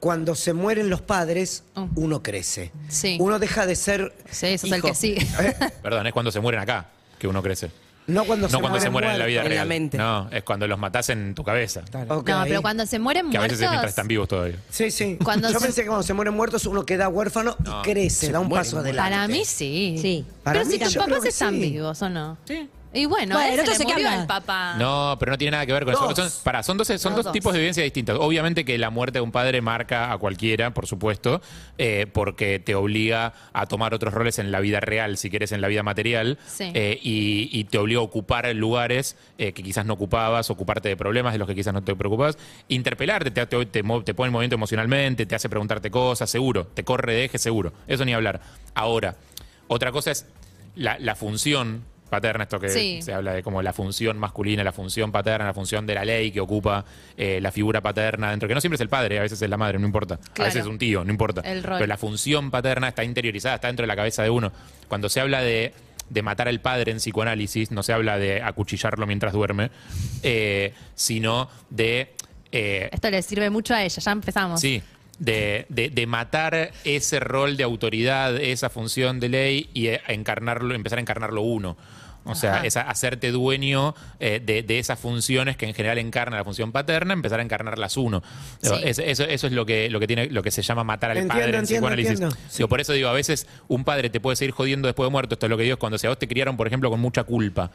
S5: cuando se mueren los padres,
S4: Oh.
S5: uno crece.
S4: Sí.
S5: Uno deja de ser.
S4: Sí, sos el
S5: hijo.
S4: que sigue.
S5: Eh,
S2: Perdón, es cuando se mueren acá que uno crece.
S5: No cuando,
S2: No cuando se mueren en la vida
S3: En la
S2: real.
S3: mente.
S2: No, es cuando los matás en tu cabeza.
S5: Ok.
S4: No, pero cuando se mueren
S2: Que a veces es mientras
S4: muertos.
S2: están vivos todavía.
S5: Sí, sí.
S4: Cuando
S5: Yo
S4: se-
S5: pensé que cuando se mueren muertos uno queda huérfano y crece, da un paso adelante.
S4: Para mí sí.
S7: Sí.
S5: Para
S4: pero
S5: mí
S4: si tus
S5: yo creo
S4: papás
S5: que
S4: están
S5: sí.
S4: vivos o no. Sí. Y bueno,
S7: Bueno,
S4: a él se
S7: entonces,
S4: le
S7: ¿qué
S4: murió
S7: habla?
S4: el papá.
S2: No, pero no tiene nada que ver con eso.
S5: Dos.
S2: Son, pará, son, dos, son
S4: No,
S2: dos,
S4: Ah. dos.
S2: tipos de vivencias distintas. Obviamente que la muerte de un padre marca a cualquiera, por supuesto, eh, porque te obliga a tomar otros roles en la vida real, si quieres, en la vida material,
S4: Sí.
S2: eh, y, y te obliga a ocupar lugares eh, que quizás no ocupabas, ocuparte de problemas de los que quizás no te preocupabas, interpelarte, te, te, te mo- te pone en movimiento emocionalmente, te hace preguntarte cosas, seguro, te corre de eje, seguro. Eso ni hablar. Ahora, otra cosa es la, la función paterna, esto que
S4: Sí.
S2: se habla de como la función masculina, la función paterna, la función de la ley que ocupa eh, la figura paterna dentro, que no siempre es el padre, a veces es la madre, no importa, a
S4: Claro.
S2: veces es un tío, no importa.
S4: El rol.
S2: Pero la función paterna está interiorizada, está dentro de la cabeza de uno. Cuando se habla de, de matar al padre en psicoanálisis, no se habla de acuchillarlo mientras duerme, eh, sino de... eh,
S4: Esto le sirve mucho a ella, ya empezamos.
S2: Sí, de, de- de matar ese rol de autoridad, esa función de ley y eh, encarnarlo, empezar a encarnarlo uno. O sea,
S4: Ajá.
S2: esa- hacerte dueño eh, de, de esas funciones que en general encarna la función paterna, empezar a encarnarlas uno.
S4: Sí.
S2: Eh, es- Eso, eso es lo que, lo que tiene, lo que se llama matar al
S5: Entiendo,
S2: padre en
S5: entiendo,
S2: psicoanálisis.
S5: entiendo.
S2: Digo, por eso digo, a veces un padre te puede seguir jodiendo después de muerto. Esto es lo que digo, es cuando si a vos te criaron, por ejemplo, con mucha culpa.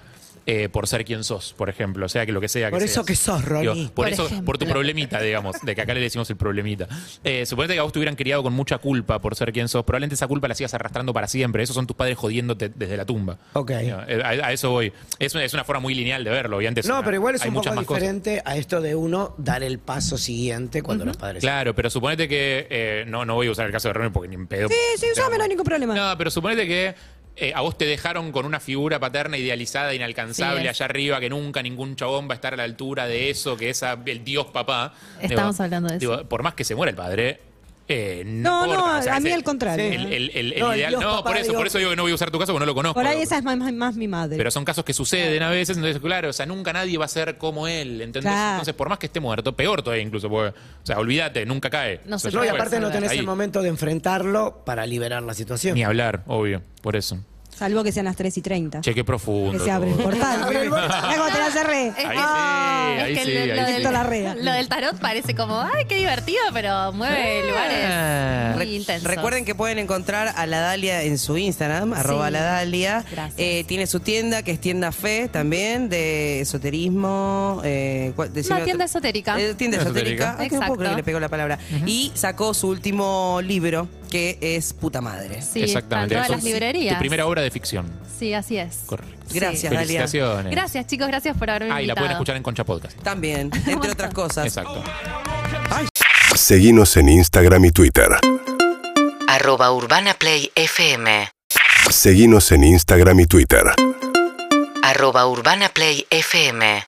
S2: eh, por ser quien sos, por ejemplo, o sea, que lo que sea.
S5: Por eso
S2: seas.
S5: que sos,
S2: Digo,
S5: Ronnie.
S2: por,
S4: Por
S2: eso,
S4: ejemplo.
S2: por tu problemita, digamos, de que acá le decimos el problemita. Eh, suponete que a vos te hubieran criado con mucha culpa por ser quien sos. Probablemente esa culpa la sigas arrastrando para siempre. Esos son tus padres jodiéndote desde la tumba.
S5: Ok.
S2: Digo, eh, a, a eso voy. Es una, es una forma muy lineal de verlo. obviamente es
S5: No,
S2: una-
S5: pero igual es
S2: hay
S5: un
S2: muchas
S5: poco
S2: más cosas.
S5: diferente a esto de uno dar el paso siguiente cuando los padres.
S2: Claro, pero suponete que. eh, no, no voy a usar el caso de Ronnie porque ni en pedo.
S7: Sí, sí, usame, no hay ningún problema.
S2: No, pero suponete que eh, a vos te dejaron con una figura paterna idealizada, inalcanzable,
S4: Sí, es.
S2: allá arriba, que nunca ningún chabón va a estar a la altura de eso, que es a- el dios papá.
S4: Estamos hablando de
S2: digo, por más que se muera el padre. eh,
S7: No,
S2: no,
S7: no,
S2: importa, o sea,
S7: a
S2: es
S7: mí
S2: el-
S7: al contrario.
S2: El, el- el- el
S5: No, el
S2: ideal.
S5: dios
S2: no,
S5: papá,
S2: por eso,
S5: digo-
S2: por eso digo que no voy a usar tu caso porque no lo conozco.
S7: Por ahí
S2: digo.
S7: esa es más, más- más mi madre.
S2: Pero son casos que suceden a veces, entonces, claro, o sea, nunca nadie va a ser como él, ¿entendés?
S7: Claro.
S2: Entonces, por más que esté muerto, peor todavía incluso, porque, o sea, olvídate, nunca cae.
S4: No se
S2: O sea,
S5: No, y
S4: puede
S5: aparte no
S4: resolver.
S5: tenés el
S2: Ahí.
S5: momento de enfrentarlo para liberar la situación.
S2: Ni hablar, obvio, por eso.
S7: Salvo que sean las 3 y 30.
S2: Che, qué profundo.
S7: que se abre el
S2: todo.
S7: portal. Mirá cómo te la cerré.
S2: Ahí
S7: Ah,
S2: sí, ahí
S4: es que
S2: sí,
S4: lo,
S2: ahí
S4: lo
S2: sí.
S7: Esto la rea.
S4: del, lo del tarot parece como, ay, qué divertido, pero mueve
S2: Ah.
S4: lugares muy
S3: Re-
S4: intensos.
S3: Recuerden que pueden encontrar a la Dalia en su Instagram, arroba la Dalia.
S4: Gracias.
S3: Eh, tiene su tienda, que es tienda fe también, de esoterismo. Eh, ¿cuál- decime
S4: Una
S3: otra-
S4: tienda esotérica.
S3: Eh, tienda esotérica.
S2: Esotérica.
S3: Ay, que no puedo
S4: Exacto.
S3: creer que le pegó la palabra. Y sacó su último libro, que es Puta Madre.
S4: Sí,
S2: Exactamente.
S4: están
S2: Eso
S4: todas las
S2: es
S4: librerías.
S2: Tu primera obra de ficción.
S4: Sí, así es.
S2: Correcto.
S3: Gracias,
S4: Sí.
S3: Dalia.
S2: Felicitaciones.
S4: Gracias, chicos, gracias por haberme
S2: Ah, y la
S4: invitado.
S2: pueden escuchar en Concha Podcast.
S3: También, entre otras cosas.
S2: Exacto.
S3: Ay,
S8: Seguimos en Instagram y Twitter.
S9: Arroba Urbana Play FM.
S8: Seguimos en Instagram y Twitter.
S9: Arroba Urbana Play FM.